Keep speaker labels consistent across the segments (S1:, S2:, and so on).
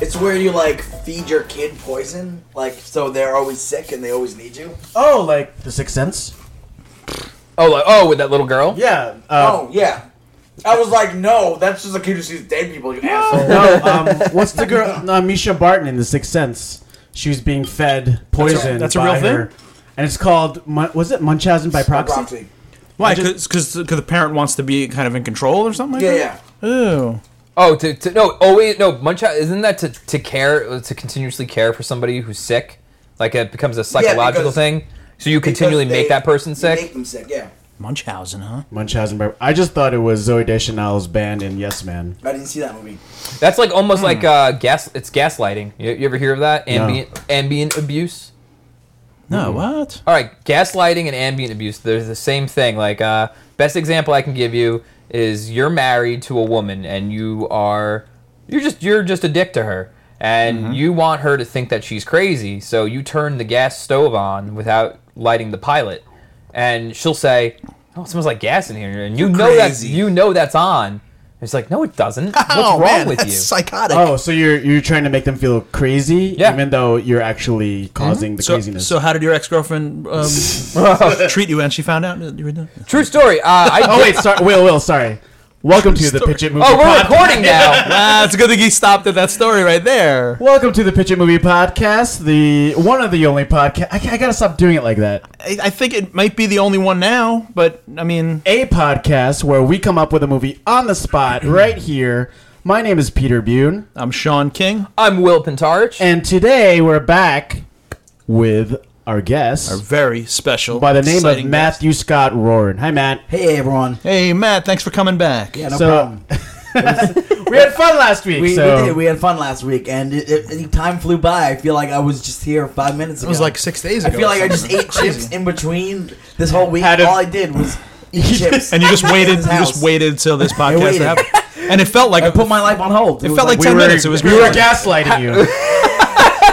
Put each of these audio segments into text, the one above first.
S1: It's where you like feed your kid poison, like so they're always sick and they always need you.
S2: Oh, like The Sixth Sense?
S3: Oh, like, oh, with that little girl.
S2: Yeah. Uh,
S1: oh yeah, I was like, no, that's just a kid who sees dead people. You asshole.
S2: No, um, what's the girl? Uh, Misha Barton in The Sixth Sense. She was being fed poison.
S4: that's a
S2: by
S4: real thing?
S2: her. And it's called, Mun- was it Munchausen by proxy?
S1: Proxy.
S4: Why? Because the parent wants to be kind of in control or something like
S1: Yeah, yeah.
S4: that? Yeah. Ooh.
S3: Oh, to, to no, oh wait, no, Munchausen isn't that to, to care to continuously care for somebody who's sick? Like it becomes a psychological
S1: because-
S3: thing. So you continually
S1: Because
S3: make
S1: they-
S3: that person
S1: you
S3: sick.
S1: Make them sick. Yeah,
S4: Munchausen, huh?
S2: Munchausen by I just thought it was Zoe Deschanel's band in Yes Man.
S1: I didn't see that movie.
S3: That's like almost like uh, gas. It's gaslighting. You, you ever hear of that? Ambient ambient abuse.
S1: Mm-hmm.
S4: No, what?
S3: All right, gaslighting and ambient abuse. They're the same thing. Like uh, best example I can give you is you're married to a woman and you are you're just you're just a dick to her and
S2: Mm-hmm.
S3: you want her to think that she's crazy, so you turn the gas stove on without lighting the pilot, and she'll say, "Oh, it smells like gas in here," and you know that
S5: crazy.
S3: you know that's on. It's like, no, it doesn't. What's wrong with
S5: Oh, that's
S3: you?
S5: Psychotic.
S2: Oh, so you're you're trying to make them feel crazy,
S3: Yeah.
S2: even though you're actually causing the
S4: Mm-hmm. So,
S2: craziness.
S4: so how did your ex girlfriend um, treat you when she found out that you were done?
S3: True story. Uh, I
S2: oh wait, sorry, Will, Will, sorry. Welcome to the Pitch It Movie.
S3: oh, we're
S2: Pod-
S3: recording now.
S4: Wow, it's a good thing he stopped at that story right there.
S2: Welcome to the Pitch It Movie Podcast, the one of the only podcast. I, I gotta stop doing it like that.
S4: I, I think it might be the only one now, but I mean,
S2: A podcast where we come up with a movie on the spot right here. My name is Peter Bune,
S4: I'm Sean King.
S3: I'm Will Pentarch.
S2: and today we're back with our guest
S4: Our very special.
S2: by the name of
S4: exciting guest.
S2: Matthew Scott Roran. Hi, Matt.
S1: Hey everyone.
S4: Hey, Matt, thanks for coming back.
S1: Yeah, no
S2: So-
S1: problem.
S2: We had fun last week.
S1: We,
S2: so
S1: we did. We had fun last week, and it, it, it- time flew by. I feel like I was just here five minutes ago.
S4: It was like six days
S1: I
S4: ago.
S1: feel like I
S4: or
S1: just
S4: something.
S1: ate chips in between this whole week.
S2: Had a-
S1: All I did was eat chips.
S4: And you just waited. You
S1: His
S4: just
S1: house.
S4: waited till this podcast
S1: waited.
S4: happened, and it felt like
S1: I put my life on hold.
S4: It
S1: was
S4: felt like
S2: we
S4: 10
S2: were,
S4: minutes, it was
S2: we were
S4: great.
S2: gaslighting you.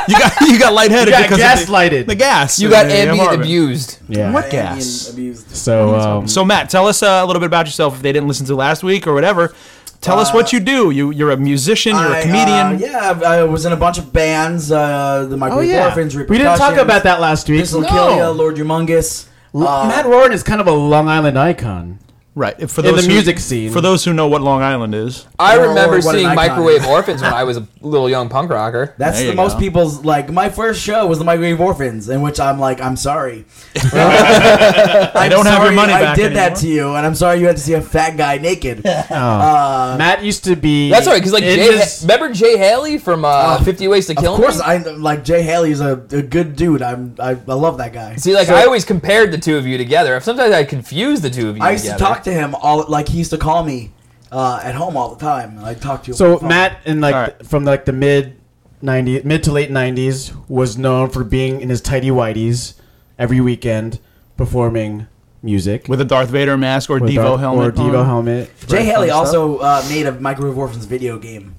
S4: you got you got lightheaded
S2: You got
S4: because of the-
S2: gaslighted.
S4: The, gas.
S3: you
S4: in
S3: got
S4: the
S3: ambient
S4: apartment.
S3: abused.
S2: yeah.
S4: What
S1: ambient
S4: gas?
S1: Abused.
S2: So, um,
S4: So Matt, tell us uh, a little bit about yourself. If they didn't listen to last week or whatever, tell us what you do. You you're a musician. You're a
S1: Uh, I, uh,
S4: comedian.
S1: yeah, I I was in a bunch of bands. Uh, the my
S2: oh
S1: group
S2: yeah,
S1: orphans.
S2: we didn't talk
S1: Repercussions,
S2: about that last week.
S1: This will
S2: No.
S1: kill you, Lord Humongous. Uh,
S2: Matt Roran is kind of a Long Island icon.
S4: Right. For
S2: In the
S4: who-
S2: music scene.
S4: For those who know what Long Island is.
S3: I
S1: Or- or
S3: remember
S1: what an
S3: seeing
S1: icon.
S3: Microwave Orphans when I was a little young punk rocker.
S1: That's
S4: There
S1: the
S4: you
S1: most
S4: go.
S1: people's like. My first show was the Microwave Orphans, in which I'm like, I'm sorry. I
S4: don't have your money
S1: I
S4: back
S1: did that to
S4: anymore.
S1: you, and I'm sorry you had to see a fat guy naked.
S2: Matt used to be.
S3: That's all right, because like
S2: in
S3: Jay,
S2: his-
S3: remember Jay Haley from uh, Fifty Ways to Kill
S1: Oh, of course,
S3: Me?
S1: I like Jay Haley's a, a good dude. I'm I, I love that guy.
S3: See, like I always compared the two of you together. Sometimes I confuse the two of you.
S1: I used to
S3: together.
S1: talk to him all like he used to call me uh, at home all the time. I talked to him.
S2: so
S1: on the phone.
S2: Matt in like
S4: All right.
S2: th- from like the mid '90s, mid to late '90s, was known for being in his tidy whities every weekend performing music
S4: With a Darth Vader mask or
S2: with
S4: Devo
S2: our-
S4: helmet.
S2: or Devo
S4: on.
S2: helmet.
S1: Jay
S4: Very
S1: Haley
S4: fun stuff.
S1: also uh, made a Microwave Orphans video game.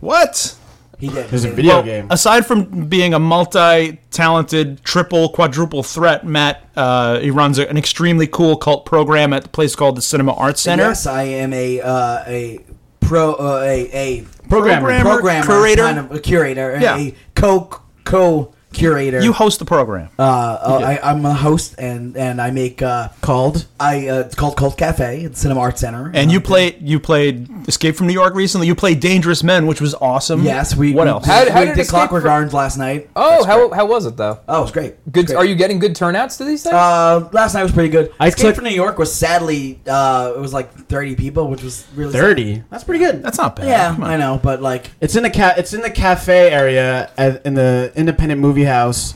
S4: What?
S1: He did.
S2: There's a
S1: He
S2: video
S4: Well,
S2: game.
S4: Aside from being a multi-talented triple, quadruple threat, Matt uh, he runs a, an extremely cool cult program at the place called the Cinema Arts Center.
S1: Yes, I am a uh, a pro uh, a a
S2: Programmer.
S1: programmer,
S4: curator.
S1: kind of a curator, and
S4: Yeah.
S1: a co co curator.
S4: You host the program.
S1: uh, uh, I, I'm a host, and and I make uh,
S2: called.
S1: I uh, it's called Cult Cafe at Cinema Arts Center.
S4: and you played you played Escape from New York recently. You played Dangerous Men, which was awesome.
S1: Uh, yes, we
S4: What
S1: we,
S4: else?
S1: We,
S3: How- how
S1: we
S3: did
S1: did
S3: Escape
S1: Clockwork
S3: from-
S1: Orange last night.
S3: Oh, how, how was it though?
S1: Oh, it was great.
S3: Good.
S1: Great.
S3: Are you getting good turnouts to these things?
S1: Uh, last night was pretty good.
S2: I
S1: Escape
S2: took-
S1: from New York was sadly uh, it was like 30 people, which was really sad.
S2: Thirty. That's pretty good.
S4: That's not bad.
S1: Yeah,
S4: Come on.
S1: I know, but like
S2: It's in the ca- It's in the cafe area at, in the independent movie house,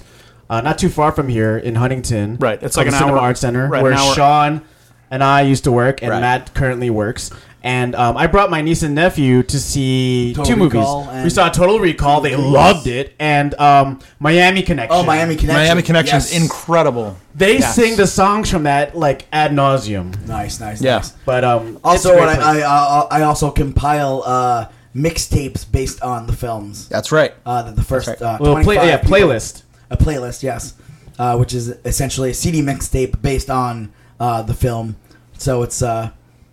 S2: uh, not too far from here in Huntington.
S4: Right, it's
S2: called
S4: like
S2: the
S4: an
S2: Cinema
S4: hour-
S2: Arts Center
S4: right,
S2: where
S4: an hour.
S2: Sean and I used to work, and
S4: Right.
S2: Matt currently works. And um, I brought my niece and nephew to see
S1: Total
S2: two
S1: Recall
S2: movies.
S1: and-
S2: We saw Total Recall. They loved it, and um, Miami Connection.
S1: oh, Miami Connection.
S4: Miami Connection is
S1: Yes.
S4: incredible.
S2: They
S4: Yes.
S2: sing the songs from that like ad nauseum.
S1: Nice, nice.
S4: Yeah.
S1: nice.
S2: But um, it's a
S1: Also,
S2: great
S1: what
S2: place.
S1: I, I, I I also compile uh, mixtapes based on the films.
S4: That's right.
S1: Uh, that the first
S4: That's
S1: uh,
S2: well, play,
S1: 25
S2: yeah,
S1: people-
S2: playlist.
S1: a playlist, yes, uh, which is essentially a CD mixtape based on uh, the film. So it's uh,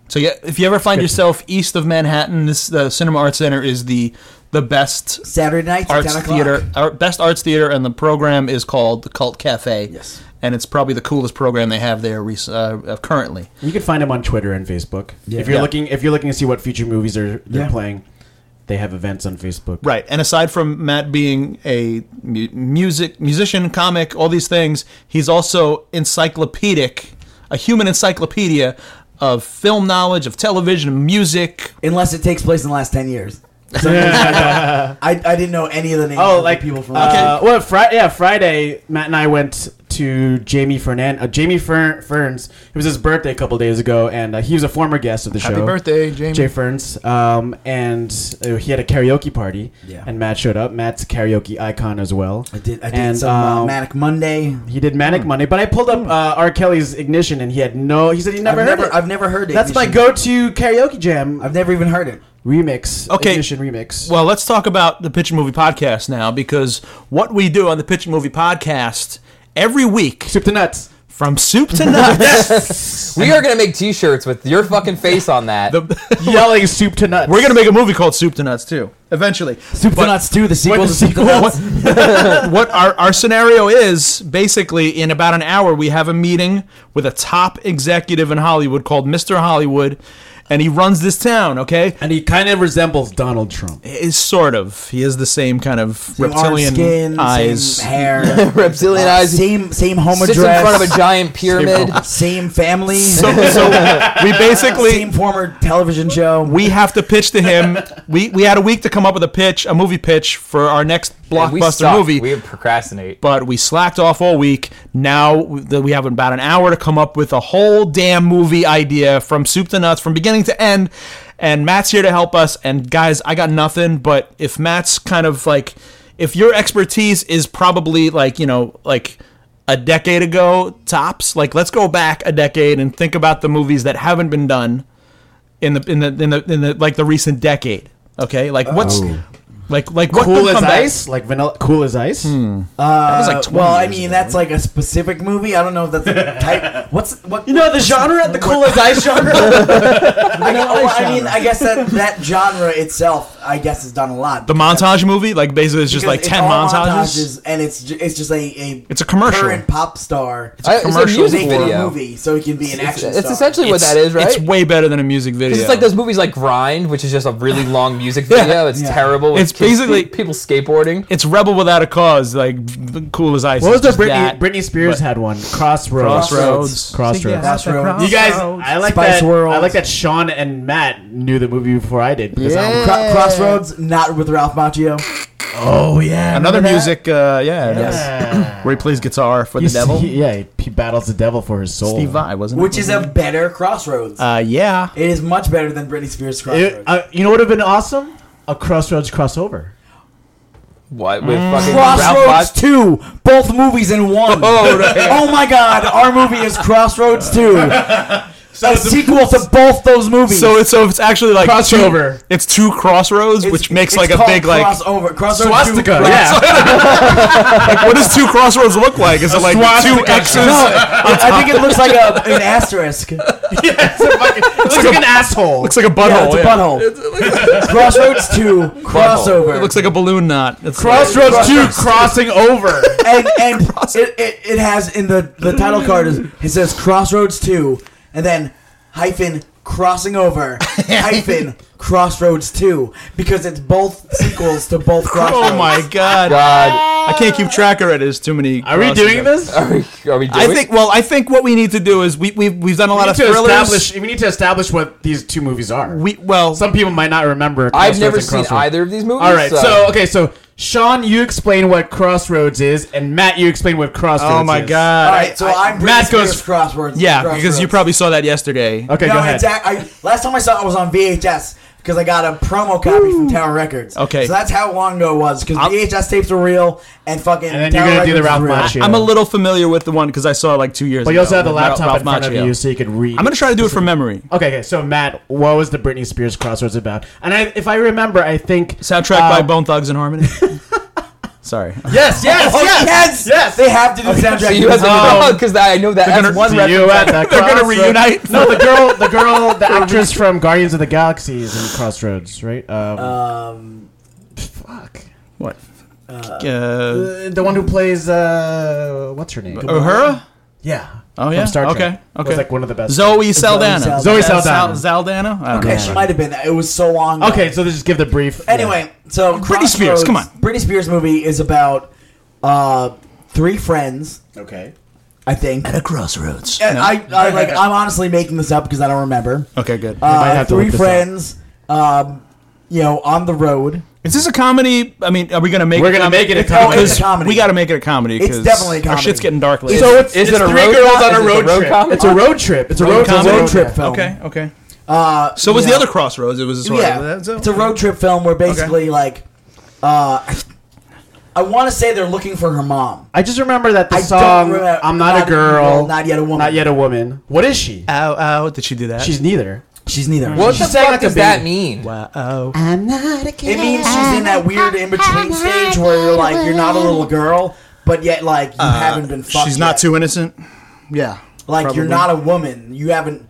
S4: So yeah, if you ever find yourself east of Manhattan, this the Cinema Arts Center is the the best
S1: Saturday nights at
S4: arts
S1: 10 o'clock.
S4: theater, our best arts theater, and the program is called the Cult Cafe.
S1: Yes.
S4: and it's probably the coolest program they have there rec- uh, uh, currently.
S2: You can find them on Twitter and Facebook.
S1: Yeah.
S2: If you're
S4: Yeah.
S2: looking, if you're looking to see what future movies are they're
S1: Yeah.
S2: playing, they have events on Facebook.
S4: Right, and aside from Matt being a mu- music musician, comic, all these things, he's also encyclopedic, a human encyclopedia of film knowledge, of television, music.
S1: Unless it takes place in the last 10 years. So I, I didn't know any of the names.
S2: Oh,
S1: of the
S2: like
S1: people from
S2: Uh, well, Friday. Yeah, Friday. Matt and I went to Jamie Fernan. Uh, Jamie Fer- Ferns. It was his birthday a couple days ago, and uh, he was a former guest of the show.
S4: Jamie!
S2: Jay Ferns. Um, and uh, he had a karaoke party.
S1: Yeah.
S2: And Matt showed up. Matt's a karaoke icon as well.
S1: I did. I did
S2: and,
S1: some uh,
S2: um,
S1: Manic Hmm. Monday.
S2: He did Manic Monday, but I pulled up uh, R. Kelly's Ignition, and he had no. He said he never
S1: I've
S2: heard
S1: never,
S2: it.
S1: I've never heard it.
S2: That's my
S1: Ignition.
S2: go-to karaoke jam
S1: I've never even heard it.
S2: remix.
S4: Okay.
S2: Ignition remix.
S4: Well, let's talk about the Pitch and Movie Podcast now because what we do on the Pitch and Movie Podcast every week
S2: Soup to nuts.
S4: from soup to nuts,
S3: We are gonna make T-shirts with your fucking face on that.
S4: the-
S2: Yelling soup to nuts.
S4: we're going to make a movie called Soup to Nuts too, eventually.
S1: Soup to Nuts 2, the sequel
S2: What,
S1: to
S2: the
S1: Soup to
S2: sequel?
S1: Nuts.
S4: what our, our scenario is basically in about an hour we have a meeting with a top executive in hollywood called mr hollywood and he runs this town okay
S2: And he kind of resembles Donald Trump.
S4: is sort of he has the same kind of
S1: Same orange
S4: reptilian
S1: skin,
S4: eyes
S1: Same hair.
S3: Reptilian
S1: uh,
S3: eyes.
S1: Same, same home
S3: Sits
S1: address.
S3: in front of a giant pyramid.
S1: same family.
S4: so, so we basically
S1: same former television show.
S4: we have to pitch to him we we had a week to come up with a pitch a movie pitch for our next
S3: And we
S4: blockbuster
S3: suck.
S4: movie
S3: We procrastinate.
S4: but we slacked off all week. Now that we have about an hour to come up with a whole damn movie idea from soup to nuts, from beginning to end. And Matt's here to help us. And guys, I got nothing. But if Matt's kind of like, if your expertise is probably like, you know, like a decade ago tops, like let's go back a decade and think about the movies that haven't been done in the in the in the, in the like the recent decade. Okay, like what's
S2: Oh.
S4: like like what
S2: Cool
S4: could
S2: as
S4: come back?
S2: ice, like vanilla. Cool as ice.
S1: Uh,
S4: was like 20
S1: well, I
S4: years
S1: mean,
S4: ago,
S1: that's like a specific movie. I don't know if that's a type. What's what?
S2: You know the genre, the cool as ice genre.
S1: I, know, I mean, I guess that that genre itself, I guess, has done a lot.
S4: The montage movie, like basically, it's just
S1: Because
S4: like
S1: it's
S4: ten
S1: all
S4: montages.
S1: and it's ju- it's just a, a
S4: It's a commercial.
S1: current pop star
S3: I- It's a,
S4: commercial
S3: music
S1: making a
S3: video.
S1: movie, so he can be an
S3: It's,
S1: action.
S3: it's
S1: star.
S3: essentially what that is, right?
S4: It's way better than a music video.
S3: It's like those movies like Grind, which is just a really long music video. It's
S1: Yeah.
S3: terrible. with
S4: It's
S3: kids-
S4: basically-
S3: people skateboarding.
S4: It's Rebel Without a Cause, like v- cool as ice.
S2: what was
S4: It's
S2: the
S4: just
S2: Britney?
S4: that.
S2: Britney Spears had one. Crossroads.
S4: Crossroads.
S2: Crossroads.
S1: Crossroads.
S2: You guys, I like
S1: Spice
S2: that.
S1: World.
S2: I like that. Sean and Matt knew the movie before I did. Because
S3: Yeah.
S2: I'm,
S1: Cro- Crossroads, not with Ralph Macchio.
S2: oh yeah,
S4: Another
S2: remember
S4: music, uh, yeah,
S2: Yeah.
S4: where he plays guitar for
S2: that?
S4: the devil.
S2: He, yeah, he, he battles the devil for his soul.
S4: Steve Vai wasn't
S1: Which
S4: it?
S1: is a better Crossroads.
S4: uh, yeah.
S1: it is much better than Britney Spears' Crossroads.
S2: It- uh, you know what would have been awesome? A Crossroads crossover.
S3: What with fucking
S1: Crossroads
S3: Ralph Bosch?
S1: 2, both movies in one.
S3: Oh, right.
S1: Oh my god, our movie is Crossroads 2. a sequel to both those movies.
S4: So it's so it's actually like
S2: Crossover.
S4: Two, it's two crossroads,
S1: It's-
S4: which makes
S1: it's
S4: like a
S1: called
S4: big like.
S1: crossover. Crossroads
S2: swastika,
S1: 2,
S2: yeah.
S4: like, what does two crossroads look like? Is it like two
S2: swastika.
S4: X's?
S1: I think it looks like a, an asterisk.
S4: Oh,
S2: It's like,
S4: like
S2: an asshole.
S4: Looks like a butthole.
S1: Yeah, it's a
S4: yeah.
S1: butthole. Crossroads 2, crossover.
S4: It looks like a balloon knot. It's
S2: Crossroads two crossing over.
S1: and and it, it, it has in the, the title card is it says Crossroads two and then hyphen crossing over hyphen Crossroads two because it's both sequels to both Crossroads.
S4: Oh my god.
S3: God,
S4: I can't keep track of it. There's too many.
S2: Are we
S4: crosses
S2: doing
S4: up.
S2: this?
S3: are we, are we doing
S4: I think. Well, I think what we need to do is we we've, we've done a lot
S2: We
S4: of
S2: need to
S4: thrillers.
S2: establish. We need to establish what these two movies are.
S4: We well,
S2: Some people might not remember.
S3: I've
S2: Crossroads
S3: never
S2: and
S3: seen
S2: Crossroads.
S3: either of these movies.
S2: All right. So okay. So Sean, you explain what Crossroads is, and Matt, you explain what Crossroads.
S4: oh my
S2: is.
S4: god.
S1: All right, so I, am
S4: Matt
S1: Matt
S4: goes-
S1: goes Crossroads.
S4: Yeah,
S1: Crossroads.
S4: because you probably saw that yesterday.
S2: Okay,
S1: no.
S2: go ahead.
S1: It's ac- I, last time I saw it was on VHS because I got a promo copy from Tower Records.
S4: Okay.
S1: so that's how long ago it was because VHS tapes were real and fucking.
S2: And then you're
S1: Tower
S2: gonna do the
S1: Records
S2: Ralph
S1: was real.
S2: Macchio.
S4: I'm a little familiar with the one because I saw it like two years
S2: But
S4: ago.
S2: you also have the
S4: with Ralph-
S2: laptop in
S4: Ralph
S2: front of
S4: Macchio.
S2: you, so you can read.
S4: I'm gonna try to do it from memory.
S2: Okay, okay. So Matt, what was the Britney Spears Crossroads about? And I, if I remember, I think
S4: Soundtrack by
S2: um,
S4: Bone Thugs and Harmony. Sorry. Uh,
S3: Yes, yes,
S1: Oh,
S3: yes,
S1: yes! They have to do the soundtrack.
S3: So you have to
S4: Oh.
S3: because I know that that's one
S2: See you
S3: reference.
S2: at that
S4: They're gonna
S2: crossroads.
S4: reunite.
S2: No, the girl, the girl, the actress from Guardians of the Galaxy is in Crossroads, right? Um,
S1: Um,
S2: fuck.
S4: What? Uh,
S2: The, the one who plays uh, what's her name?
S4: Uhura?
S2: yeah.
S4: Oh,
S2: From
S4: yeah?
S2: Star Trek.
S4: Okay, okay.
S2: Was like one of the best.
S4: Zoe Saldana.
S2: Zoe
S4: Sal-
S2: Saldana.
S4: Saldana? I don't
S1: okay,
S4: know.
S1: she might have been. It was so long. ago.
S2: Okay, so let's just give the brief.
S1: Anyway, so
S4: Britney
S1: Crossroads-
S4: Spears, come on.
S1: Britney Spears movie is about uh, three friends,
S2: Yeah. Okay.
S1: I think.
S4: At a crossroads.
S1: And I, I like. I'm honestly making this up because I don't remember.
S4: okay, good.
S1: Uh,
S2: have to
S1: three
S2: look this up.
S1: friends, um, you know, on the road.
S4: Is this a comedy? I mean, are we gonna make?
S2: We're gonna make it a comedy.
S1: Oh, it's a comedy.
S4: We gotta make it a comedy.
S1: It's
S4: 'cause
S1: definitely a
S4: Our
S1: comedy.
S4: shit's getting dark late.
S2: So it's,
S3: Is
S2: it's
S3: it a
S2: three
S3: road
S2: girls
S3: com-
S2: on
S3: is
S2: a
S3: it a
S2: road,
S3: road
S2: trip.
S3: com-
S2: It's a road trip. It's a road,
S1: Road
S2: it's a
S1: comedy?
S2: road trip
S1: Okay.
S2: film.
S4: okay, okay.
S1: Uh,
S4: So was
S1: you
S4: the
S1: know,
S4: other crossroads? It was sort
S1: Yeah,
S4: Of,
S1: it's a road trip film where basically like, uh, I want to say they're looking for her mom.
S2: I just remember that the
S1: I don't
S2: song
S1: remember-
S2: "I'm Not,
S1: Not
S2: a Girl,
S1: Not Yet a Woman.
S2: Not Yet a Woman." What is she?
S4: Ow, ow! Did she do that?
S2: She's neither.
S1: She's neither.
S3: What
S1: She's-
S3: the
S2: sang
S3: fuck
S2: like a
S3: does that
S2: baby.
S3: mean?
S4: Wow. Oh.
S6: I'm not a kid.
S1: It means she's in that weird in between stage where you're like you're not a little girl, but yet like you haven't been fucked.
S4: Uh, She's not
S1: yet.
S4: too innocent. Yeah.
S1: like
S4: probably.
S1: you're not a woman. You haven't.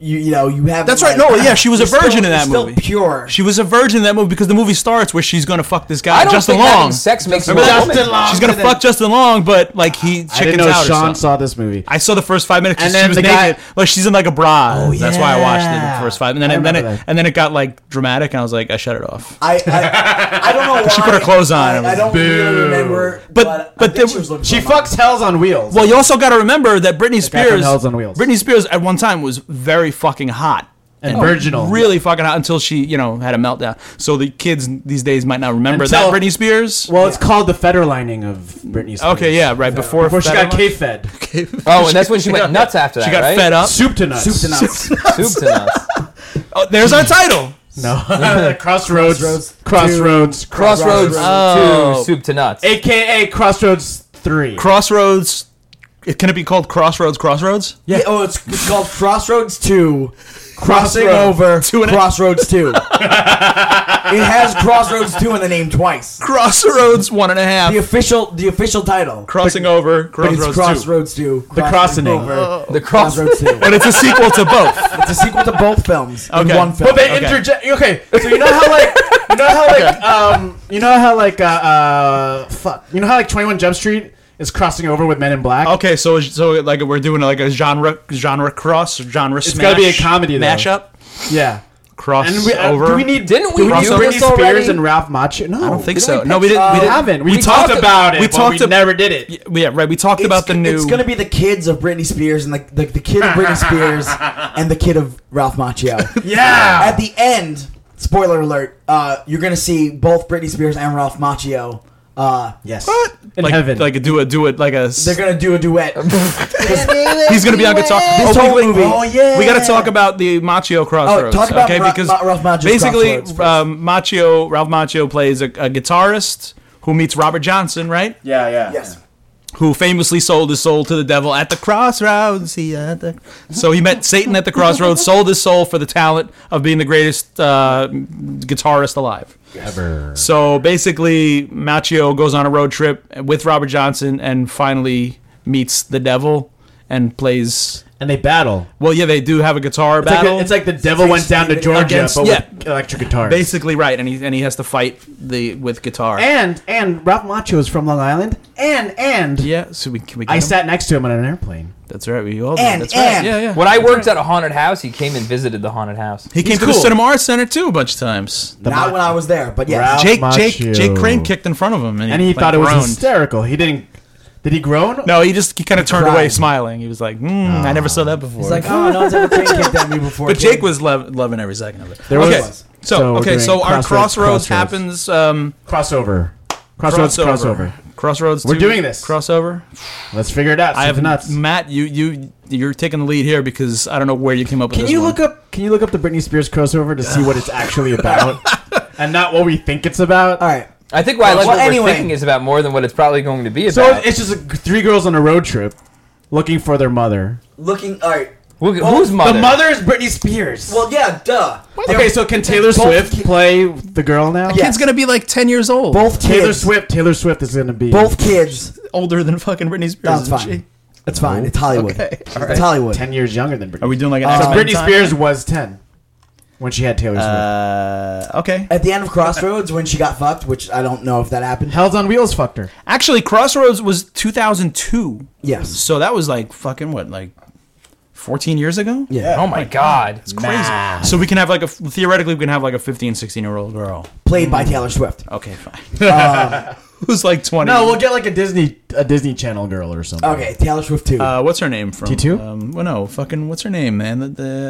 S1: You, you know you haven't.
S4: That's right.
S1: like-
S4: No, yeah, she was a
S1: you're still-
S4: virgin in that
S1: you're
S4: movie.
S1: Still pure.
S4: She was a virgin in that movie because the movie starts where she's gonna fuck this guy,
S3: I don't
S4: Justin
S3: think having
S4: Long.
S3: sex makes you a
S4: Remember that?
S3: woman.
S4: She's gonna fuck Justin Long, but like he chickens
S2: I didn't know
S4: out. or
S2: Sean
S4: something.
S2: saw this movie.
S4: I saw the first five minutes
S2: And
S4: because
S2: then
S4: she was
S2: the guy-
S4: naked. Well, she's in like a bra. That's why I watched it
S2: yeah.
S4: the first five. And then
S2: I
S4: and then it,
S2: remember that.
S4: and then it got like dramatic, and I was like, I shut it off.
S1: I, I, I don't know why.
S4: She put her clothes on
S1: I,
S4: and
S1: I
S4: was
S1: don't really remember.
S4: But-
S1: But
S4: but
S1: I
S4: there
S1: think she
S4: was-
S1: was looking
S2: she
S1: for her mom.
S2: fucks Hell's on Wheels.
S4: Well, you also got to remember that Britney
S2: guy from
S4: Spears,
S2: Hell's on Wheels.
S4: Britney Spears, at one time was very fucking hot
S2: And virginal.
S4: really fucking hot until she, you know, had a meltdown. So the kids these days might not remember
S2: Until-
S4: that Britney Spears.
S2: Well, it's called the Federlining of Britney Spears.
S4: okay, yeah, right before
S2: Before she
S4: Federline.
S2: got K-fed.
S3: Oh, and that's when she went nuts after that.
S4: She got
S3: right?
S4: fed up.
S2: Soup to nuts.
S1: Soup to nuts.
S3: Soup to nuts.
S4: Oh, there's our title.
S2: No. crossroads.
S1: Crossroads.
S2: Crossroads.
S3: Crossroads
S4: Oh.
S3: to soup to nuts.
S2: AKA Crossroads 3.
S4: Crossroads. It can it be called Crossroads? Crossroads.
S1: Yeah. Oh, it's, it's called Crossroads Two. Crossing
S2: Crossroads.
S1: over
S4: Two and a-
S1: Crossroads Two. it has Crossroads Two in the name twice.
S4: Crossroads one and a half.
S1: The official, the official title.
S4: crossing over.
S1: But
S4: Crossroads
S1: it's
S4: two.
S1: Crossroads Two. Crossing
S2: crossing.
S1: over.
S3: the cross.
S1: Crossroads Two.
S4: But it's a sequel to both.
S1: It's a sequel to both films
S4: Okay.
S1: in one film.
S2: But they
S4: Okay.
S2: interject. Okay, so you know how like you know how like um you know how like uh, uh fuck you know how like Twenty One Jump Street is crossing over with Men in Black.
S4: Okay, so so like we're doing like a genre genre cross genre. It's
S2: gotta be a comedy, though.
S4: mashup.
S2: Yeah.
S4: Cross
S2: And we, uh,
S4: over.
S2: do we need
S3: Didn't
S2: do
S3: we
S2: need
S3: do
S2: Britney
S3: this
S2: Spears
S3: already?
S2: and Ralph Macchio? No,
S4: I don't think
S3: Didn't
S4: so.
S3: we
S4: no, we
S1: pick-
S4: didn't. we
S1: uh,
S2: we
S4: didn't.
S2: haven't. We,
S3: we
S2: talked,
S3: talked-
S2: about it.
S4: we
S2: but
S4: talked
S2: We
S4: ab-
S2: never did it.
S4: Yeah, right. We talked about the
S1: it's,
S4: new.
S1: It's gonna be the kids of Britney Spears and the the, the kid of Britney Spears and the kid of Ralph Macchio.
S2: Yeah.
S1: At the end, spoiler alert, uh, you're gonna see both Britney Spears and Ralph Macchio. Uh,
S2: yes.
S4: What?
S2: In
S4: like,
S2: heaven.
S4: Like do it. Do it. Like a.
S1: they're gonna do a duet.
S4: he's gonna be on guitar.
S1: This
S4: we-
S1: whole
S4: we,
S1: movie. Oh,
S2: oh, yeah.
S4: We got to talk about the Machio crossroads.
S1: talk about
S4: okay,
S1: Ra-
S4: because
S1: Ma- Ralph Macchio's
S4: basically,
S1: Crossroads first.
S4: um, Machio Ralph Machio plays a, a guitarist who meets Robert Johnson, right?
S2: Yeah, yeah.
S1: Yes.
S4: Who famously sold his soul to the devil at the crossroads. He at the- so he met Satan at the crossroads, sold his soul for the talent of being the greatest uh, guitarist alive.
S2: Ever.
S4: So basically, Machio goes on a road trip with Robert Johnson and finally meets the devil and plays.
S2: And they battle.
S4: Well, yeah, they do have a guitar
S2: It's like,
S4: battle.
S2: the, it's like the devil went down to Georgia,
S4: Against-
S2: but
S4: yeah.
S2: with electric guitars.
S4: basically right, and he and he has to fight the with guitar.
S2: And and Ralph Macchio is from Long Island. And and
S4: yeah, so we can we. Get
S2: I
S4: him?
S2: sat next to him on an airplane.
S4: That's right. We all. did.
S1: And-
S4: That's right.
S1: and-
S4: Yeah, yeah.
S3: When I worked at a haunted house, he came and visited the haunted house.
S4: he came to
S2: cool.
S4: the Cinema Arts Center too a bunch of times.
S1: Not
S2: Mac-
S1: when I was there, but yes.
S2: Ralph-
S4: Jake Jake
S2: Macchio.
S4: Jake Crane kicked in front of him, and he,
S2: And he
S4: like,
S2: thought it was
S4: groaned.
S2: hysterical. He didn't. Did he groan?
S4: No, he just he kind of turned away
S1: cried.
S4: smiling. He was like, mm, "I never saw that before."
S1: It's like, oh, no one's ever kicked at me before.
S4: But Jake
S1: was.
S4: was lo- loving every second of it.
S2: There
S4: okay.
S2: was-
S4: So,
S2: So we're
S4: okay,
S2: doing
S4: so our
S2: Crossroads,
S4: crossroads,
S2: Crossroads.
S4: happens. Um,
S2: Crossover. Crossroads.
S4: crossover.
S2: Crossover.
S4: Crossroads.
S2: We're
S4: to
S2: doing this.
S4: crossover.
S2: Let's figure it out.
S4: I have
S2: nuts.
S4: Matt. You you you're taking the lead here because I don't know where you came up with
S2: Can
S4: this
S2: you
S4: one.
S2: look up? Can you look up the Britney Spears crossover to see what it's actually about, and not what we think it's about?
S1: All right.
S3: I think what I like
S1: Well,
S3: what
S1: anyway.
S3: we're thinking is about more than what it's probably going to be
S2: So
S3: about.
S2: it's just a, three girls on a road trip, looking for their mother.
S1: Looking, all right.
S3: Who- whose mother?
S2: The mother is Britney Spears.
S1: Well, yeah, duh.
S2: okay, so can Taylor
S1: both
S2: Swift
S1: ki-
S2: play the girl
S1: Yeah.
S2: now? Yeah.
S1: Yes.
S4: Kid's gonna be like ten years old.
S1: Both kids.
S2: Taylor Swift. Taylor Swift is gonna be
S1: Both kids.
S4: older than fucking Britney Spears.
S1: That's
S4: isn't
S1: fine.
S4: she?
S1: It's fine. It's Hollywood.
S4: Okay, all
S1: It's
S4: right.
S1: Hollywood.
S2: ten years younger than Britney.
S7: Are we doing like an
S2: So
S7: X-Men
S2: Uh, Britney
S4: time?
S2: Spears was ten when she had Taylor Swift.
S4: Uh, okay.
S1: At the end of Crossroads, when she got fucked, which I don't know if that happened.
S2: Hell's on Wheels fucked her.
S4: Actually, Crossroads was 2002.
S1: Yes.
S4: So that was like fucking what, like 14 years ago?
S1: Yeah.
S3: oh my god.
S4: Crazy. So we can have like a theoretically we can have like a 15, 16 year old girl.
S1: Played by Taylor Swift.
S4: Okay, fine.
S1: Uh,
S4: Who's like 20?
S2: No, we'll get like a Disney a Disney Channel girl or something.
S1: Okay, Taylor Swift too.
S4: uh, what's her name from?
S2: T2?
S4: Um, well, no, fucking what's her name, man? The,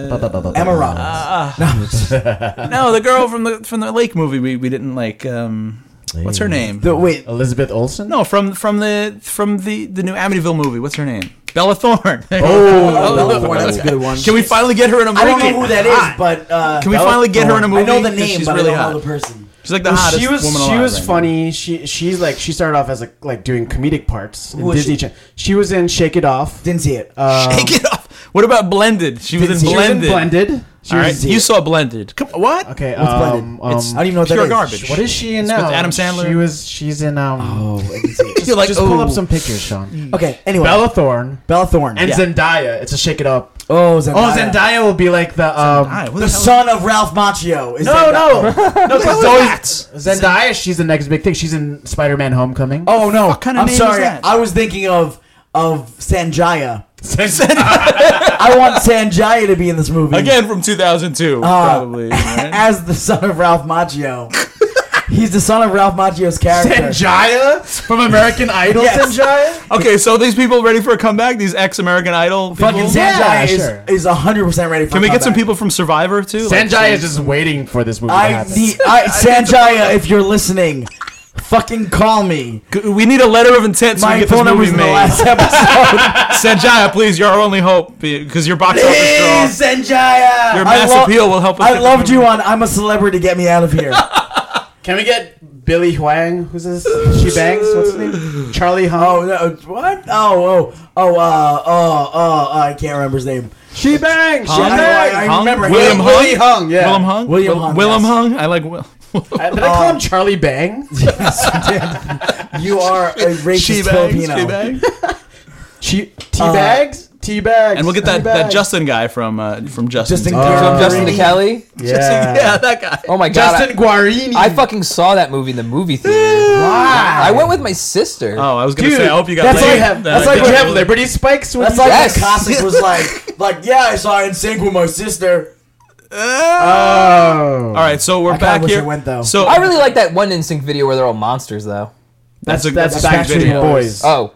S2: Ba, ba,
S4: the
S2: ba, ba, ba.
S1: Emma Roberts.
S2: Uh,
S4: uh, no, the girl from the from the Lake movie we, we didn't like. Um, what's her name?
S1: The- wait,
S2: Elizabeth Olsen.
S4: no, from from the from the the new Amityville movie. What's her name? Bella Thorne.
S2: Oh,
S1: Bella Thorne, that's a good one.
S4: Can we finally get her in a movie?
S1: I don't know who that is, but uh,
S4: Can we finally get her in a movie?
S1: I know the
S4: 'Cause
S1: name,
S4: she's
S1: but
S4: really
S1: I don't
S4: hot.
S1: know the person.
S4: She's like the
S2: Well,
S4: hottest
S2: she was
S4: woman
S2: she
S4: alive
S2: was
S4: right now.
S2: funny. She she's like she started off as like like doing comedic parts in
S1: was
S2: Disney
S1: she?
S2: Channel. She was in Shake It Off.
S1: Didn't see it.
S2: Um,
S4: Shake it off. What about Blended? She was in
S1: She was in
S4: Blended.
S2: Blended. She
S4: All
S2: was
S4: right,
S1: Zero.
S4: you saw Blended. Come, what?
S2: okay.
S1: What's
S2: um,
S1: Blended?
S2: um,
S1: I don't even know what
S4: pure
S1: that is.
S4: garbage.
S2: what is she in
S4: It's with
S2: now?
S4: Adam Sandler.
S2: She was she's in um. Oh,
S1: I didn't see it.
S2: just,
S4: like,
S2: just pull
S4: oh.
S2: up some pictures, Sean.
S1: Okay, anyway.
S2: Bella Thorne
S1: Bella Thorne.
S2: and
S4: Yeah.
S2: Zendaya. It's a Shake It Up.
S1: oh, Zendaya.
S2: Oh, Zendaya will be like the um.
S4: All right, what
S1: The
S4: hell-
S1: son of Ralph Macchio. Is
S2: No,
S1: Zendaya.
S2: no, no. 'cause Zoe-
S4: Rats.
S2: Zendaya, she's the next big thing. She's in Spider-Man: Homecoming.
S1: Oh, no.
S4: What kind of
S1: I'm
S4: name is
S1: sorry.
S4: that?
S1: I was thinking of of Sanjaya. I want Sanjaya to be in this movie.
S4: Again from 2002, probably. right?
S1: Uh, As the son of Ralph Macchio. He's the son of Ralph Macchio's character.
S2: Zendaya from American Idol.
S1: Yes.
S2: Zendaya.
S4: Okay, so these people ready for a comeback? These ex-American Idol people?
S1: Fucking
S2: Yeah,
S1: Sanjaya
S2: sure.
S1: is is hundred percent ready for.
S4: Can
S1: a
S4: we get some
S1: comeback.
S4: people from Survivor too? Like
S2: Sanjay
S4: some-
S2: is just waiting for this movie to
S1: I
S2: happen.
S1: need I, Sanjaya, if you're listening, fucking call me.
S4: We need a letter of intent so we
S1: My
S4: get this
S1: phone number's
S4: movie
S1: in the
S4: made.
S1: last episode.
S4: Sanjaya, please, you're our only hope because your box office draw.
S1: Please, Sanjaya. I
S4: Your mass appeal will help us
S1: I
S4: get
S1: loved
S4: the
S1: you on "I'm a Celebrity, Get Me Out of Here."
S2: Can we get Billy Huang? Who's this? She bangs. What's her name? Charlie
S1: oh
S2: Hong.
S1: no, what? Oh oh oh uh oh oh uh, I can't remember his name.
S2: She bangs. She
S1: Hong?
S2: bangs.
S1: I- I remember him.
S2: William
S4: William
S2: Hung.
S4: Hung.
S2: Willie Hung. Yeah.
S4: Willem Hung.
S1: William
S4: Will-
S1: Hung,
S4: Willem
S1: yes.
S4: Hung. I like Will.
S2: I, did I call him Charlie Bang?
S1: You are a racist
S4: She bags.
S1: Filipino.
S4: She bags.
S2: She tea bags. Tea bags.
S4: Uh, And we'll get
S2: tea
S4: that, that
S2: bags.
S4: Justin guy from uh, from Justin.
S1: Justin
S4: Timberlake.
S1: Guarini.
S3: From Justin to Kelly.
S2: Yeah.
S4: yeah, that guy.
S3: Oh my god.
S2: Justin
S3: I-
S2: Guarini.
S3: I fucking saw that movie in the movie theater.
S2: Wow.
S3: I went with my sister.
S4: Oh, I was gonna
S2: Dude,
S4: say. I hope you got.
S2: that's
S4: laid.
S2: like have,
S4: That-
S2: that's like
S4: that-
S2: you have Liberty Spikes. With
S1: That's like
S3: Yes.
S1: when Cossack was like, like yeah, I saw In Sync with my sister.
S2: oh.
S4: Uh, All right, so we're
S1: I kinda
S4: back
S1: wish
S4: here.
S1: it went, though.
S4: So
S3: I really like that one Instinct video where they're all monsters, though.
S2: That's
S4: a-
S2: that's,
S4: that's a good
S2: Backstreet
S4: video.
S2: Boys.
S3: Oh,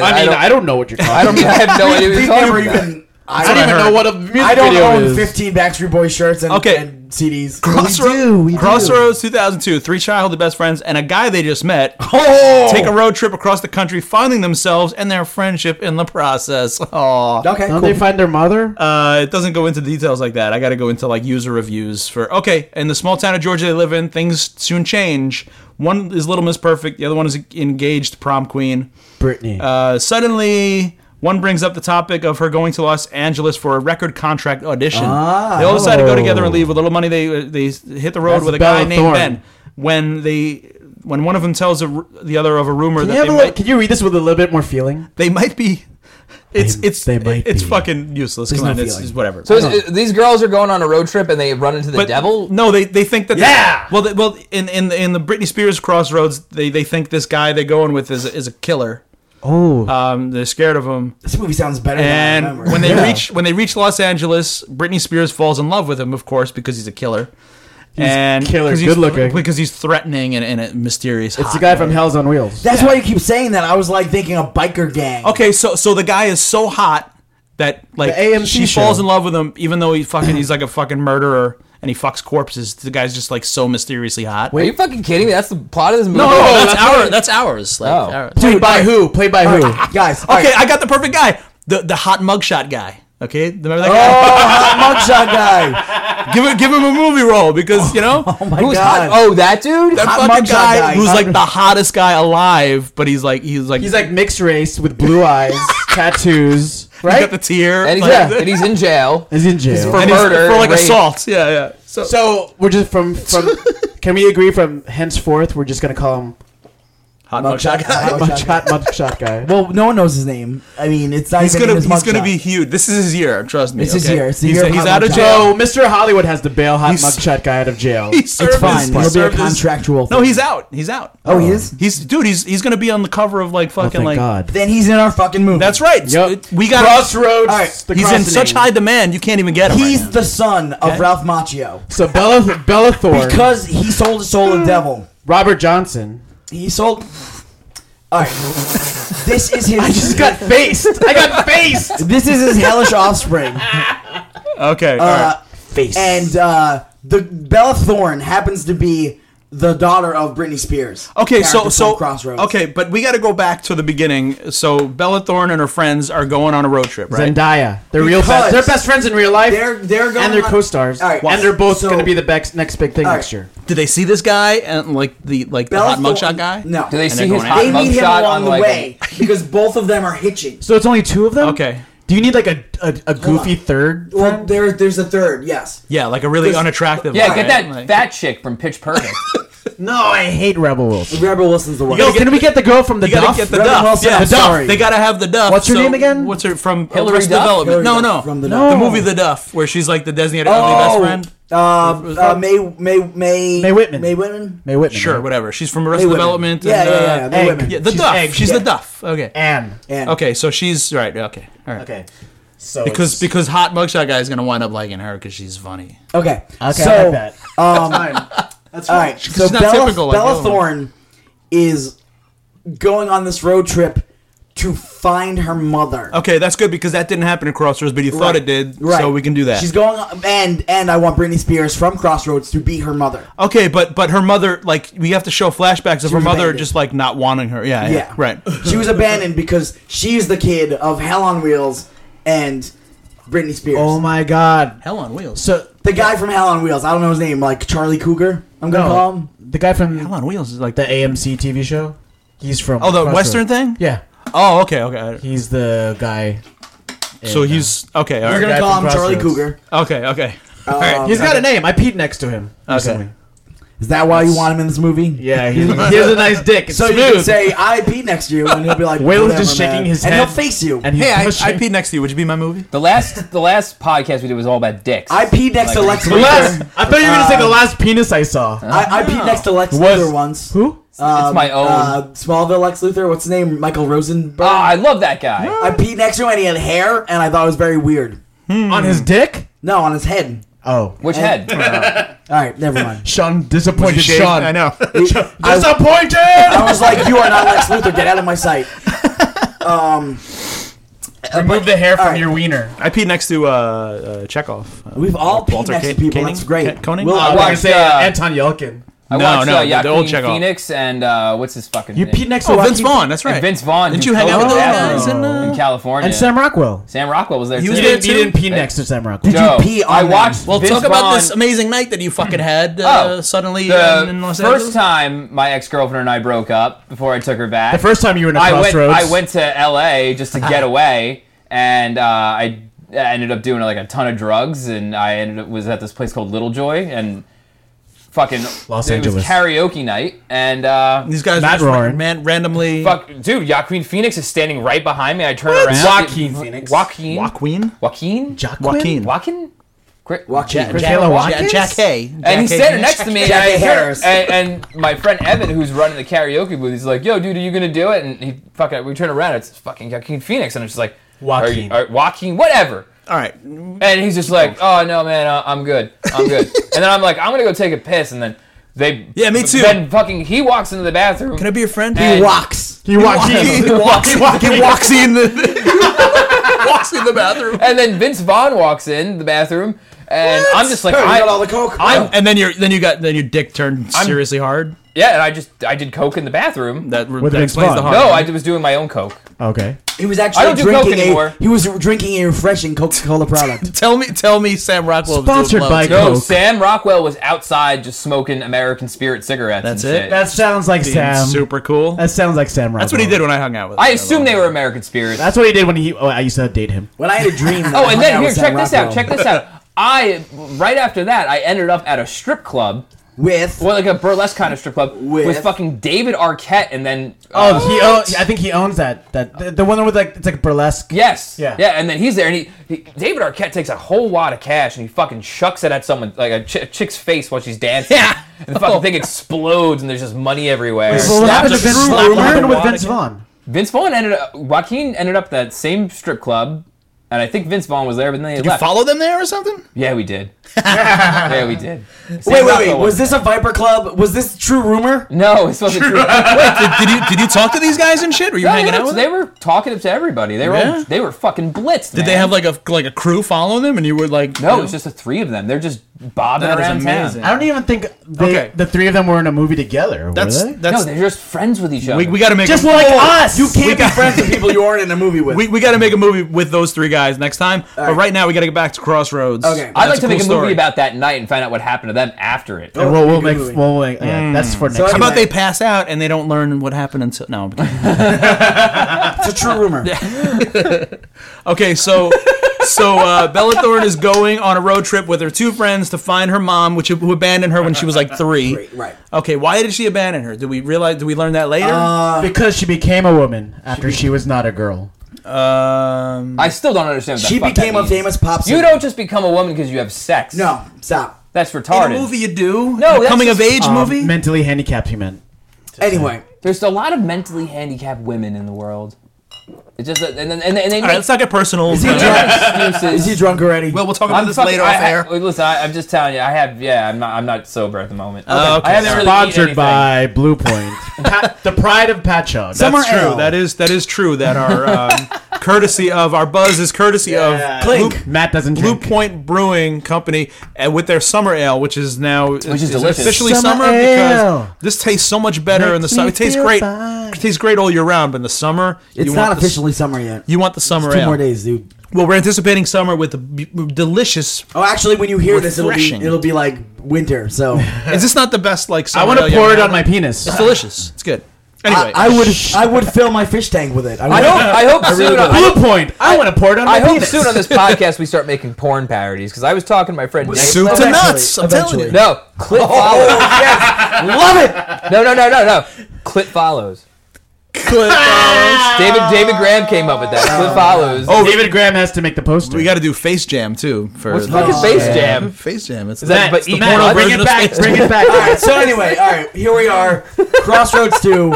S2: I mean, I don't, know what you're talking.
S3: I don't. I have no idea what
S1: They
S3: you're
S1: never
S3: talking about.
S1: even. I
S2: I
S1: don't
S2: don't
S1: even.
S2: even know what a music
S1: I don't
S2: video
S1: own
S2: is.
S1: 15 Backstreet Boy shirts and,
S4: Okay.
S1: and CDs.
S4: Crossroads,
S2: do, we do.
S4: Crossroads 2002, three childhood best friends and a guy they just met take
S2: Oh.
S4: a road trip across the country, finding themselves and their friendship in the process. Aww.
S1: Okay, cool.
S2: Don't they find their mother?
S4: Uh, it doesn't go into details like that. I got to go into like user reviews for okay. In the small town of Georgia they live in, things soon change. One is Little Miss Perfect, the other one is engaged prom queen.
S2: Brittany.
S4: Uh, suddenly, one brings up the topic of her going to Los Angeles for a record contract audition. They all decide to go together and leave with little money. They uh, they hit the road
S2: That's
S4: with a
S2: Bella
S4: guy named
S2: Thorne.
S4: Ben. When they when one of them tells a r the other of a rumor
S2: Can you,
S4: that
S2: have
S4: they
S2: a
S4: might,
S2: little, can you read this with a little bit more feeling?
S4: they might be. It's it's
S2: they might
S4: it's
S2: be.
S4: fucking useless. Come
S1: no
S4: on, it's,
S1: feeling.
S4: it's whatever.
S3: So is, these girls are going on a road trip and they run into the
S4: But
S3: devil.
S4: No, they, they think that. they-
S2: Yeah!
S4: well, they, well, in in in the Britney Spears crossroads, they, they think this guy they're going with is is a killer.
S2: Oh,
S4: Um, they're scared of him.
S1: this movie sounds better than I
S4: And
S1: remember.
S4: when they
S2: Yeah.
S4: reach when they reach Los Angeles, Britney Spears falls in love with him, of course, because he's a killer. and
S2: killer,
S4: 'cause he's-
S2: good looking.
S4: because he's threatening and, and a mysterious.
S2: it's the
S4: hot
S2: guy
S4: way.
S2: from Hell's on Wheels.
S1: That's why you keep saying that. I was like thinking a biker gang.
S4: Okay, so so the guy is so hot that like
S2: The AMC
S4: she
S2: show.
S4: falls in love with him, even though he fucking he's like a fucking murderer and he fucks corpses. The guy's just like so mysteriously hot.
S3: Are you fucking kidding me? That's the plot of this movie.
S4: no, no, no, Oh, that's,
S2: that's
S4: our
S2: not-
S4: that's ours. Like,
S3: Oh.
S4: our-
S2: Played by who? Played by who?
S4: Ah.
S1: guys. all
S4: Okay,
S1: right.
S4: I got the perfect guy. The the hot mugshot guy. Okay, remember that
S1: Oh,
S4: guy?
S1: hot mugshot guy.
S4: Oh. give him give him a movie role because you know.
S1: Oh my
S3: Who's
S1: god.
S3: hot? Oh, that dude.
S4: that
S1: Hot
S4: fucking
S1: mugshot
S4: guy,
S1: guy.
S4: who's
S1: Hot-
S4: like the hottest guy alive, but he's like he's like
S2: He's like mixed race with blue eyes, tattoos.
S4: He
S1: Right?
S4: got the tear.
S3: And he's,
S4: like,
S3: and he's in jail.
S2: Is in jail.
S3: for
S4: and he's-
S3: murder
S4: for like
S3: and rape.
S4: assault. Yeah, yeah. So,
S2: so we're just from from. can we agree from henceforth we're just gonna call him
S4: hot
S1: Mugshot guy.
S2: Mugshot Mugshot Guy?
S1: Well, no one knows his name. I mean, it's not
S4: He's
S1: even in
S4: gonna
S1: his
S4: he's gonna
S1: mugshot.
S4: be huge. This is his year. Trust me.
S1: It's his
S4: okay?
S1: year. It's the
S4: he's
S1: year of
S4: he's
S1: hot
S4: out of
S1: mugshot.
S4: jail.
S2: So Mr. Hollywood has to bail hot
S4: He's-
S2: mugshot guy out of jail.
S4: He served
S1: It's
S4: his-
S1: fine.
S4: he
S1: He'll be a
S4: served his-
S1: contractual.
S4: No,
S1: thing.
S4: he's out. He's out.
S1: Oh, he is.
S4: He's dude. He's he's gonna be on the cover of like
S2: Oh,
S4: fucking
S2: thank
S4: like.
S2: God.
S1: Then he's in our fucking movie.
S4: That's right.
S2: Yep.
S4: We got
S2: Crossroads.
S1: All right,
S2: the
S4: He's in such
S2: crossing.
S4: high demand, you can't even get him.
S1: He's
S4: right
S1: the son of Ralph Macchio
S2: So Bella Bella Thorne,
S1: because he sold his soul to the devil.
S2: Robert Johnson.
S1: He sold. All right. this is his.
S2: faced. I got faced.
S1: This is his hellish offspring.
S4: now. okay. all right.
S1: Uh,
S2: Face.
S1: and uh, the Bella Thorne happens to be the daughter of Britney Spears.
S4: Okay,
S1: Character
S4: so
S1: from
S4: so
S1: Crossroads.
S4: okay, but we got to go back to the beginning. So Bella Thorne and her friends are going on a road trip, right?
S2: Zendaya. They're real
S1: Because
S2: best. They're best friends in real life.
S1: They're they're going
S2: and they're
S1: on-
S2: co-stars.
S1: All right,
S2: And they're both
S1: so-
S2: going to be the bex- next big thing
S1: All right.
S2: next year.
S4: Did they see this guy and like the like the
S1: Bella
S4: hot mugshot
S1: Thorne-
S4: guy?
S1: No.
S3: Do they
S4: And
S3: see
S4: they're
S3: his
S4: going
S3: hot
S1: They meet him
S3: mugshot
S1: along
S3: on
S1: the
S3: like?
S1: way because both of them are hitching.
S2: So it's only two of them.
S4: Okay.
S2: Do you need like a a, a goofy
S1: on.
S2: third?
S1: Well, there there's a third. Yes.
S4: Yeah, like a really
S1: This-
S4: unattractive.
S3: yeah,
S4: guy,
S3: get
S4: right?
S3: that
S4: Like-
S3: fat chick from Pitch Perfect.
S2: No, I hate Rebel Wilson.
S1: Rebel Wilson's the one.
S4: You
S2: Yo,
S4: gotta
S2: can
S4: get-
S2: we get the girl from the
S4: You gotta
S2: Duff?
S4: get the
S1: Rebel
S4: duff.
S1: Wilson,
S4: yeah,
S1: I'm
S4: the duff.
S1: sorry.
S4: They gotta have the duff.
S2: What's her name again?
S4: What's her from
S3: Hillary
S4: Arrested
S3: Duff?
S4: Development?
S1: Hillary Duff
S4: no, no,
S1: from The
S4: no.
S1: Duff.
S4: The movie The Duff, where she's like the designated
S1: Oh,
S4: only best friend.
S1: Uh, uh, May, May, May,
S2: May Whitman.
S1: May Whitman.
S2: May Whitman.
S4: Sure, whatever. She's from Arrested
S1: Whitman.
S4: Development.
S1: Yeah,
S4: and,
S1: yeah,
S4: uh,
S1: yeah, yeah. May
S2: egg.
S1: Whitman.
S4: yeah, the
S2: She's
S4: Duff.
S2: egg,
S4: she's
S2: yeah.
S4: the Duff. Okay.
S2: Anne.
S1: And
S4: Okay, so she's right. Okay, all right.
S2: Okay. So
S4: Because
S2: it's-
S4: because hot mugshot guy is gonna wind up liking her because she's funny.
S1: okay,
S2: okay,
S1: So,
S2: I like that.
S1: um,
S2: That's
S1: all right.
S4: She's
S1: So
S4: not
S1: Bella,
S4: typical like the
S1: Bella
S4: other one.
S1: Thorne is going on this road trip to find her mother.
S4: Okay, that's good because that didn't happen in Crossroads, but you thought it did, so we can do that.
S1: She's going, on, and and I want Britney Spears from Crossroads to be her mother.
S4: okay, but but her mother, like, we have to show flashbacks of her
S1: was
S4: mother
S1: abandoned.
S4: just like not wanting her. Yeah, yeah,
S1: Yeah.
S4: right.
S1: She was abandoned because she's the kid of Hell on Wheels and Britney Spears.
S2: Oh my God.
S4: Hell on wheels.
S2: So
S1: the guy from Hell on Wheels. I don't know his name. Like Charlie Cougar. I'm gonna call him.
S2: no, the guy
S4: Hell
S2: from
S4: on wheels is like
S2: the
S4: that.
S2: AMC TV show. He's from.
S4: Oh, the
S2: Crossroads.
S4: Western thing.
S2: Yeah.
S4: Oh, okay, okay.
S2: He's the guy.
S4: So
S2: in, uh,
S4: he's okay. All
S1: We're
S4: right.
S1: gonna
S2: guy
S1: call
S2: from
S1: him Charlie
S2: Crossroads.
S1: Cougar.
S4: Okay, okay. All
S1: Um,
S4: right.
S2: uh, He's got a name. I peed next to him. recently.
S1: Is that why you want him in this movie?
S2: Yeah, he, he has a nice dick. It's
S1: So you can
S2: smooth.
S1: say I pee next to you, and he'll be like,
S2: Will is
S1: "Whatever,
S2: just shaking
S1: man."
S2: his
S1: and
S2: head.
S1: he'll face you.
S2: and he's
S4: Hey, I, I
S2: pushing-
S4: peed next to you. Would you be my movie?
S3: the last the last podcast we did was all about dicks.
S1: I peed next to Lex
S2: The
S1: Luthor.
S2: last. I thought you were gonna say the
S1: Uh,
S2: last penis I saw.
S1: I, I peed next to Lex
S2: Was-
S1: Luthor once.
S2: Who?
S1: Um,
S3: It's my own.
S1: Uh, Smallville Lex Luthor. What's his name? Michael Rosenberg.
S3: oh,
S2: Ah,
S3: I love that guy.
S1: I peed next to him, and he had hair, and I thought it was very weird.
S2: On his dick?
S1: No, on his head.
S2: Oh.
S3: Which head?
S1: All right, never mind.
S2: Sean disappointed Sean.
S4: I know.
S1: I,
S2: Disappointed!
S1: I was like, "You are not Lex Luthor. Get out of my sight." Um,
S2: Remove the hair from
S1: Alright.
S2: your wiener.
S4: I peed next to uh, uh, Chekhov. Uh,
S1: We've all peed
S4: Walter
S1: next
S4: Ca-
S1: to people.
S4: Koenig?
S1: That's great.
S4: Ca- Koenig?
S1: Will,
S3: Uh,
S1: I
S2: I
S1: want
S2: want
S3: watched,
S2: to say
S3: uh,
S2: uh, Anton Yelkin.
S3: I
S4: No,
S3: watched
S4: no,
S3: uh,
S4: the- the old
S3: Joaquin
S4: Chekhov.
S3: Phoenix and uh, what's his fucking
S2: You
S3: name?
S2: peed next to
S4: Oh,
S2: Joaquin-
S4: Vince Vaughn. That's right.
S3: and Vince Vaughn.
S4: Didn't
S3: who
S4: you hang out with
S3: killed
S4: those
S3: him
S4: guys in, uh,
S3: in California?
S2: and Sam Rockwell.
S3: Sam Rockwell was there
S4: He
S3: too.
S4: was
S2: You
S4: there
S2: didn't, you didn't pee
S3: Hey.
S2: next to Sam Rockwell.
S1: Did you
S3: Joe,
S1: pee on
S3: I
S2: uh,
S1: them?
S3: watched.
S4: Well,
S3: Vince
S4: talk about this
S3: Vaughn-
S4: amazing night that you fucking had uh,
S3: Oh.
S4: suddenly
S3: The
S4: in, in Los Angeles.
S3: first time my ex girlfriend and I broke up before I took her back.
S2: The first time you were in a
S3: I went,
S2: crossroads.
S3: I went to LA just to get away, and uh, I ended up doing like a ton of drugs, and I ended up was at this place called Little Joy, and fucking
S2: Los
S3: it
S2: Angeles.
S3: was karaoke night, and uh,
S4: These guys
S2: Matt
S4: just ra-
S2: Roaring.
S4: man, randomly.
S3: fuck, dude, Joaquin Phoenix is standing right behind me. I turn around,
S2: Joaquin Phoenix.
S3: Joaquin,
S4: Joaquin?
S3: Joaquin,
S4: Joaquin.
S3: Joaquin, Gri-
S1: Joaquin.
S2: Jack- Michaela
S4: Ja-
S2: Watkins?
S4: Jack Hay.
S3: and he's
S4: Jack Hay.
S3: standing next to me, and,
S1: Jack
S3: I hear,
S1: Harris.
S3: and, and my friend Evan, who's running the karaoke booth, he's like, "Yo, dude, are you gonna do it?" And he fucking, we turn around, it's fucking Joaquin Phoenix, and I'm just like, "Are you-
S2: Joaquin.
S3: are- Joaquin, whatever."
S4: All right.
S3: And he's just like, "Oh no, man, uh, I'm good, I'm good." and then I'm like, "I'm gonna go take a piss," and then they,
S4: Yeah, me too.
S3: Then fucking, he walks into the bathroom.
S4: Can I be your friend?
S3: Hey.
S1: He walks.
S2: He walked
S4: He
S2: in.
S4: walks, he walks in the walks in the bathroom.
S3: And then Vince Vaughn walks in the bathroom, And I'm just like,
S1: Hey, you
S3: I,
S1: got all the coke. Oh.
S3: I'm,
S4: and then you're then you got then your dick turned seriously hard.
S3: yeah, and I just I did coke in the bathroom.
S4: That,
S2: it
S4: that
S2: been
S4: explains
S2: fun?
S4: the hard.
S3: No, I was doing my own coke.
S2: Okay.
S1: he was actually
S3: I don't do coke
S1: drinking
S3: anymore.
S1: a, he was drinking a refreshing Coca-Cola product.
S4: tell me tell me Sam Rockwell
S2: Sponsored
S4: was doing
S2: by-
S4: blow.
S3: No,
S2: Coke.
S3: Sam Rockwell was outside just smoking American Spirit cigarettes.
S4: That's
S3: and
S4: it?
S3: shit.
S2: That sounds like
S4: Being
S2: Sam.
S4: super cool.
S2: That sounds like Sam.
S4: That's what he did when I hung out with.
S3: I
S4: him.
S3: assume they were American Spirits.
S2: That's what he did when he. Oh, I used to date him.
S1: when I had a dream. That I
S3: oh,
S1: hung
S3: and
S1: out
S3: then here,
S1: with Sam
S3: check this out.
S1: Rockwell
S3: Check this out. I right after that, I ended up at a strip club,
S1: with
S3: well, like a burlesque kind of strip club, with,
S1: With-
S3: fucking David Arquette, and then uh,
S2: Oh, he. Owns, I think he owns that. That the, the one with like it's like burlesque.
S3: Yes.
S2: Yeah.
S3: Yeah, and then he's there, and he, he David Arquette takes a whole wad of cash, and he fucking chucks it at someone like a, ch- a chick's face while she's dancing.
S4: Yeah.
S3: And the fucking thing explodes, and there's just money everywhere.
S2: Well, what
S4: Snapped
S2: happened
S4: a
S2: to Vince?
S4: fruit
S2: What
S4: over
S2: happened
S4: the
S2: with
S4: wad
S2: Vince
S4: again.
S2: Vaughn?
S3: Vince Vaughn ended up. Joaquin ended up at that same strip club, and I think Vince Vaughn was there, but then they
S4: You
S3: left.
S4: follow them there or something?
S3: yeah, we did. yeah, we did. Sam
S1: Wait, wait, wait.
S3: Rockwell
S1: Was this a Viper Club? Was this true rumor?
S3: No, it's supposed to be true.
S4: did, did you did you talk to these guys and shit? Were you
S3: No,
S4: hanging
S3: they,
S4: out
S3: were,
S4: with
S3: they
S4: them?
S3: were talking to everybody. They were all-
S4: Yeah?
S3: they were fucking blitzed.
S4: Did they have like a like a crew following them and you were like
S3: No, it's just the three of them. They're just bobbing
S4: That is
S3: around
S4: amazing.
S3: town.
S2: I don't even think they,
S4: Okay.
S2: the three of them were in a movie together. Were
S4: that's
S2: they?
S4: that's
S3: No, they're just friends with each other.
S4: we, we got to make
S2: just
S4: a,
S2: like us.
S1: You can't be friends with people you aren't in a movie with.
S4: we, we got to make a movie with those three guys next time. But
S1: right.
S4: right now we got to get back to Crossroads.
S1: Okay.
S3: I'd
S4: That's
S3: like to
S4: cool
S3: make a
S4: story.
S3: movie about that night and find out what happened to them after it.
S1: Oh,
S2: And we'll, we'll
S1: good
S2: make.
S1: movie.
S2: We'll make. Yeah, that's for next.
S1: So
S2: time.
S4: How about they
S1: Anyway.
S4: pass out and they don't learn what happened until no. I'm kidding.
S1: It's a true rumor.
S4: Okay, so so uh, Bella Thorne is going on a road trip with her two friends to find her mom, which who abandoned her when she was like three.
S1: Right, right.
S4: Okay, why did she abandon her? Do we realize? Do we learn that later?
S1: Uh,
S2: because she became a woman after she was not a girl.
S4: um,
S3: I still don't understand. What the
S1: She
S3: fuck that
S1: became a
S3: means.
S1: famous pop singer.
S3: You don't just become a woman because you have sex.
S1: No, stop.
S3: that's retarded.
S4: in a movie, you do.
S3: No,
S4: In a
S3: that's
S4: coming
S3: just-
S4: of age
S2: Um,
S4: movie.
S2: mentally handicapped. He meant.
S1: Anyway,
S3: There's a lot of mentally handicapped women in the world. It just and then and, and they
S4: All
S3: make
S4: right, let's not get personal.
S1: he
S4: but-
S1: drunk?
S3: excuses.
S1: is he drunk already?
S4: Well, we'll talk about
S3: I'm
S4: this
S3: fucking,
S4: later
S3: I,
S4: off air.
S3: I, listen, I, I'm just telling you, I have yeah, I'm not I'm not sober at the moment.
S4: Oh, okay.
S3: I haven't really eaten
S2: Sponsored
S3: anything.
S2: by Blue Point, Pat, the pride of Patchogue.
S1: Summer
S4: That's true.
S1: Ale.
S4: That is that is true. That our um, courtesy of our buzz is courtesy of Blue-
S1: Clink.
S2: Matt doesn't
S4: Blue
S2: drink.
S4: Point Brewing Company and with their summer ale, which is now which
S3: is delicious.
S4: officially summer,
S2: Summer
S4: because
S2: ale.
S4: this tastes so much better in the
S2: Makes
S4: summer.
S2: me
S4: It tastes
S2: feel
S4: great.
S2: fine.
S4: It tastes great all year round, but in the summer,
S1: it's
S4: you
S1: not
S4: want the-
S1: officially summer yet.
S4: you want the summer
S1: Two
S4: ale.
S1: more days, dude.
S4: Well, we're anticipating summer with the b- delicious.
S1: Oh, actually, when you hear this, it'll be
S4: Refreshing.
S1: it'll be like winter. So
S4: Is this not the best like? Summer
S2: I want to
S4: ale you
S2: pour
S4: ever
S2: it
S4: had?
S2: on my penis.
S4: Oh, It's delicious. It's good. Anyway,
S1: I, I would I would fill my fish tank with it.
S3: I
S1: would.
S3: hope I hope soon I,
S2: Blue
S3: hope-
S2: Point. I, want to pour it on my
S3: I hope
S2: penis.
S3: soon on this podcast we start making porn parodies because I was talking to my friend Nick.
S4: soup Oh. to
S1: Eventually,
S4: nuts. I'm telling you.
S1: eventually.
S3: No, clit follows.
S1: love it.
S3: No, no, no, no, no. Clit follows. David David Graham came up with that. Clit follows.
S4: Oh,
S2: David Graham has to make the poster.
S4: we got to do Face Jam too for
S3: What's
S4: the-
S3: fucking Space Jam?
S4: Face Jam. It's
S3: that-
S2: Matt,
S3: but
S2: it's the
S3: eat
S2: Matt,
S4: porno
S2: bring
S4: version
S2: it
S4: of
S2: back.
S4: Space
S2: Bring it back.
S1: All right. So anyway, all right. Here we are. Crossroads Two.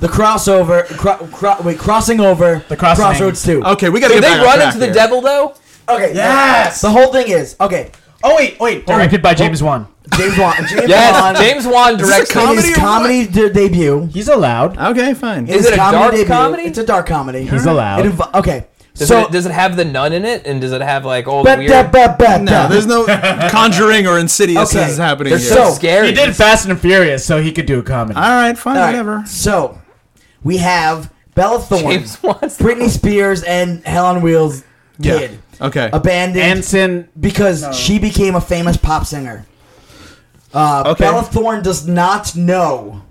S1: The crossover. Cro- cro- wait, crossing over. The
S2: crossing.
S1: Crossroads Two.
S4: okay. We got to
S3: Did
S4: get
S3: they
S4: back on
S3: run
S4: track
S3: into the
S4: here.
S3: devil though?
S1: Okay.
S2: Yes.
S1: The whole thing is okay. Oh wait, wait. hold on.
S2: Directed by James Wan.
S1: James Wan. James Wan.
S3: Yes, James Wan directs.
S4: com-
S1: In
S3: it.
S1: his
S4: Comedy or what?
S1: comedy de- debut.
S2: He's allowed.
S4: Okay, fine.
S1: In
S3: Is
S1: his
S3: it a dark
S1: debut-
S3: comedy?
S1: It's a dark comedy.
S2: He's allowed.
S1: It inv- okay.
S3: Does,
S1: so
S3: it, does it have the nun in it? And does it have like all the
S1: Ba-
S3: weird?
S1: da- ba- ba-
S4: No,
S1: da.
S4: there's no conjuring or insidious
S1: Okay.
S4: is happening
S3: They're
S4: here.
S3: so
S1: So,
S3: scary.
S2: He did Fast and Furious, so he could do a comedy.
S4: all right, fine,
S1: All right,
S4: whatever.
S1: So we have Bella Thorne,
S3: James Wan's-
S1: Britney Spears, and Helen Wheels kid
S4: Okay.
S1: abandoned
S2: Anson.
S1: because she became a famous pop singer. Uh,
S4: Okay.
S1: Bella Thorne does not know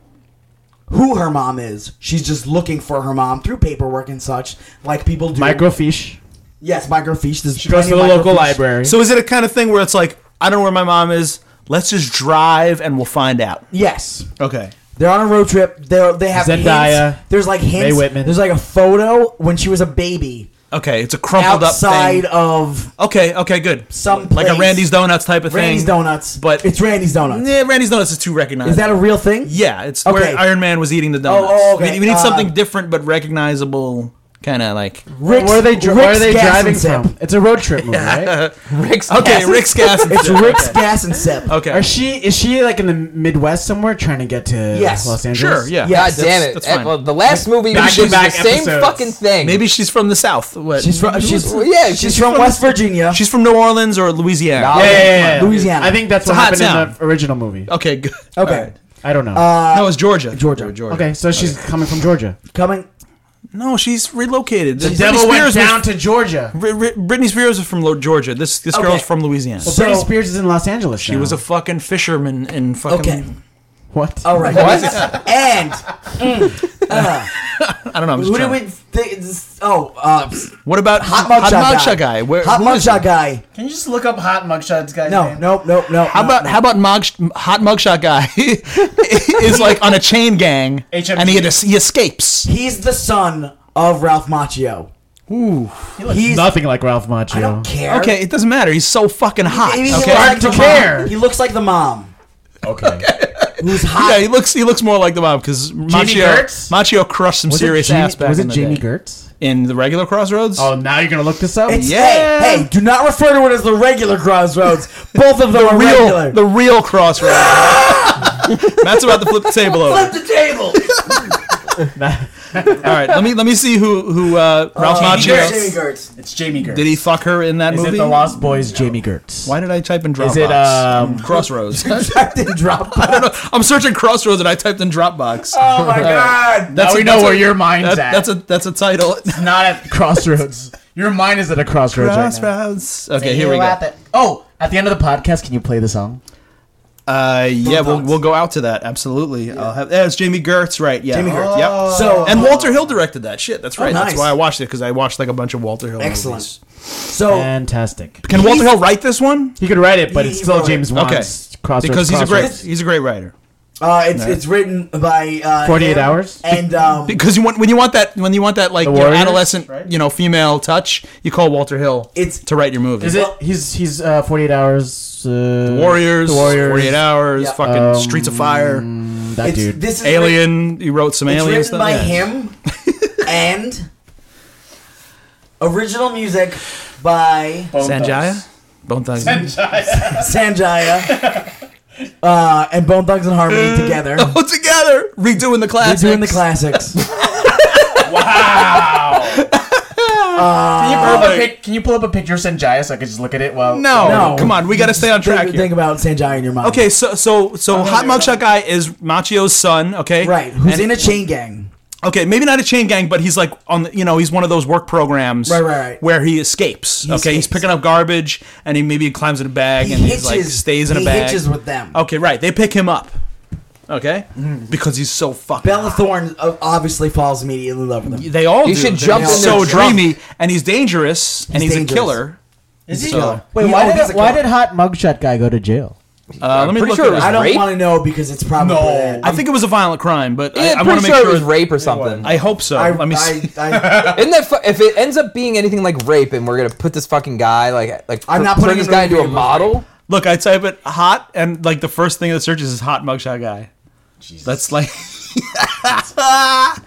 S1: who her mom is. She's just looking for her mom through paperwork and such, like people do.
S2: Microfiche.
S1: yes, microfiche. There's
S2: She goes to the local library.
S4: So is it a kind of thing where it's like, I don't know where my mom is. Let's just drive and we'll find out.
S1: Yes,
S4: Okay.
S1: They're on a road trip. They they have
S2: Zendaya,
S1: Hints. There's like hints.
S2: Mae Whitman.
S1: There's like a photo when she was a baby
S4: Okay, it's a crumpled
S1: outside
S4: up
S1: of
S4: thing. Okay, okay, good.
S1: some
S4: Like a
S1: place.
S4: Randy's Donuts type of
S1: Randy's
S4: thing.
S1: Donuts.
S4: but-
S1: it's Randy's Donuts.
S4: Yeah, Randy's Donuts is too recognized.
S1: Is that a real thing?
S4: yeah, it's
S1: Okay.
S4: where Iron Man was eating the donuts.
S1: oh, okay,
S4: We, we need
S1: uh,
S4: something different but recognizable. kind of like
S2: Rick's, where are they, dri- where
S1: Rick's
S2: are they
S1: gas
S2: driving
S1: and sip.
S2: from? It's a road trip movie, right?
S3: Rick's
S4: okay,
S3: gas-
S4: Rick's gas. and
S1: It's
S4: Sip.
S1: Rick's gas and sip.
S4: Okay,
S2: Or she is she like in the Midwest somewhere trying to get to
S1: Yes.
S2: Los Angeles?
S4: sure, yeah.
S1: Yeah.
S3: God
S1: Yes,
S3: damn
S4: that's-
S3: it!
S4: that's fine.
S3: Eh, well, the last movie
S2: back
S3: was
S2: to
S3: the
S2: back
S3: same
S2: episodes.
S3: fucking thing.
S4: Maybe she's from the South. What?
S1: She's from she's
S3: Well, yeah,
S1: she's,
S3: she's
S1: from,
S4: from
S1: West Virginia.
S4: She's from New Orleans or Louisiana.
S3: No.
S2: Yeah, yeah, yeah, yeah.
S1: Louisiana.
S2: I think that's
S4: It's a
S2: what
S4: hot
S2: happened
S4: town.
S2: in the original movie.
S4: Okay, good.
S1: Okay.
S4: All right.
S2: I don't know.
S1: uh,
S4: No, it's Georgia.
S1: Georgia.
S4: Georgia.
S2: okay, so she's coming from Georgia.
S1: coming.
S4: No, she's relocated. The
S2: to Georgia.
S4: Britney Spears is from Lo- Georgia. This this girl's
S1: Okay.
S4: from Louisiana.
S2: Well,
S1: So-
S2: Britney Spears is in Los Angeles.
S4: she was a fucking fisherman in fucking.
S1: Okay.
S2: what?
S1: All Oh, right.
S3: What?
S1: And
S4: I don't know. I'm just
S1: who did
S4: trying.
S1: we? Th- this- oh, uh,
S4: what about
S1: hot
S4: Hot
S1: mugshot guy.
S4: Mugshot guy? Where-
S1: hot
S4: who is
S1: mugshot
S4: it?
S1: guy.
S2: Can you just look up hot mugshots, guys?
S1: No, no, no, no.
S4: How about how about mug, Hot Mugshot guy is like on a chain gang
S2: HMG.
S4: and he, had he escapes.
S1: he's the son of Ralph Macchio? Ooh, he's.
S2: nothing like Ralph
S1: I don't
S2: Macchio.
S1: care.
S4: Okay, it doesn't matter. He's so fucking hot.
S1: He, he looks
S4: okay,
S1: like the
S2: to care.
S1: Mom. He looks like the mom,
S2: Okay.
S1: who's hot.
S4: yeah, he looks he looks more like the mob because Machio
S2: Gertz?
S4: Machio crushed some serious ass back
S2: was it
S4: in the
S2: Jamie
S4: day.
S2: Gertz?
S4: in the regular Crossroads.
S2: Oh, now you're gonna look this up.
S1: It's,
S4: Yeah.
S1: Hey, hey, do not refer to it as the regular crossroads. Both of them are
S4: real,
S1: regular.
S4: the real Crossroads. Matt's about to flip the table over.
S1: the table.
S4: All right, let me let me see who who uh, Ralph
S1: Jamie
S4: Macchio.
S1: Gertz.
S2: it's Jamie Gertz.
S4: Did he fuck her in that
S2: is
S4: movie?
S2: it the Lost Boys? Jamie Gertz.
S4: Why did I type in Dropbox?
S2: Is it um?
S4: Crossroads?
S1: Didn't drop. oh
S4: I'm searching Crossroads and I typed in Dropbox.
S1: my god.
S2: now
S4: That's a-
S2: we
S4: that's
S2: know where
S4: a-
S2: your mind's at.
S4: That- that's a that's a title.
S2: not at crossroads. Your mind is at a crossroads, right
S4: Crossroads. Okay,
S2: now.
S4: here we go.
S2: Oh, at the end of the podcast, can you play the song?
S4: Uh, yeah, we'll,
S1: Bulldogs.
S4: we'll go out to that. Absolutely. I'll have. Yeah, it's Jamie Gertz, right? Yeah.
S1: Jamie Gertz.
S4: Yep.
S1: So
S4: And Walter Hill directed that. Shit, that's right.
S1: nice.
S4: That's why I watched it because I watched like a bunch of Walter Hill.
S1: Excellent.
S4: movies.
S2: Oh.
S1: so
S2: Fantastic.
S4: Can Walter Hill write this one?
S2: He could write it, but
S1: He
S2: it's still
S1: wrote it.
S2: James
S4: Okay.
S2: Wan's crossroads.
S4: Because he's a great
S2: Crossroads.
S4: he's a great writer.
S1: uh, it's it's written by uh,
S2: 48
S1: him
S2: hours?
S1: and um,
S4: Because you want when you want that when you want that like
S2: The
S4: your
S2: Warriors,
S4: adolescent
S2: right?
S4: you know female touch, you call Walter Hill
S1: It's-
S4: to write your movie.
S2: Is it? He's he's uh, 48 hours. Uh, the
S4: Warriors,
S2: The Warriors.
S4: 48 Hours,
S1: Yeah.
S4: fucking
S2: Um,
S4: Streets of Fire,
S2: That
S1: it's,
S2: dude.
S1: this is writ-
S4: Alien. He wrote some
S1: it's
S4: Alien
S1: written
S4: stuff.
S1: by
S4: Yeah.
S1: him and original music by
S4: Sanjaya, Bone Thugs.
S1: Sanjaya uh, and Bone Thugs and
S4: Uh,
S1: Harmony together.
S4: All together, redoing the
S1: They're
S4: Oh, classics.
S1: doing the classics.
S2: Uh, can you pull up a picture of Sanjaya so I can just look at it? Well,
S4: No,
S1: No.
S4: come on, we got to stay on track
S1: think,
S4: here.
S1: think about Sanjay in your mind.
S4: Okay, so so
S1: Oh,
S4: so Hot Mugshot guy is Machio's son. Okay,
S1: Right. Who's
S4: And-
S1: in a chain gang?
S4: Okay, maybe not a chain gang, but he's like on the, you know he's one of those work programs
S1: Right, right, right.
S4: where he escapes. okay, he's
S1: escapes.
S4: picking up garbage and he maybe climbs in a bag
S1: He
S4: and
S1: hitches.
S4: he's like stays in
S1: he
S4: a bag. Oh.
S1: hitches with them.
S4: okay, right. They pick him up. Okay, because he's so fucking.
S1: Bella Thorne uh, obviously falls immediately in love with him.
S4: they all
S3: You
S4: do.
S3: should
S4: They're
S3: jump
S4: all
S1: in
S4: so
S1: their trunk.
S4: dreamy and he's dangerous and
S1: He's
S4: he's
S1: dangerous.
S4: a killer.
S2: Is he?
S4: So-
S2: Wait,
S1: He-
S2: why
S1: oh, he's
S2: did
S1: a
S2: why
S1: killer.
S2: did hot mugshot guy go to jail?
S4: Uh, let me
S3: pretty
S4: look
S3: sure
S4: it
S3: it was
S4: up.
S1: I don't
S3: Rape?
S1: want to know because it's probably that.
S4: I think it was a violent crime, but
S3: Yeah,
S4: I, I
S3: pretty
S4: want to
S3: sure
S4: make
S3: it
S4: sure.
S3: was rape or something.
S4: I hope so.
S1: I,
S4: let me see.
S1: I, I,
S3: Isn't that fu- if it ends up being anything like rape, and we're gonna put this fucking guy like like
S1: I'm
S3: pr-
S1: not
S3: turn
S1: putting
S3: this
S1: him in
S3: guy into
S1: the
S3: a
S1: movie.
S3: model?
S4: Look, I type it hot, and like the first thing that searches is hot mugshot guy. That's like.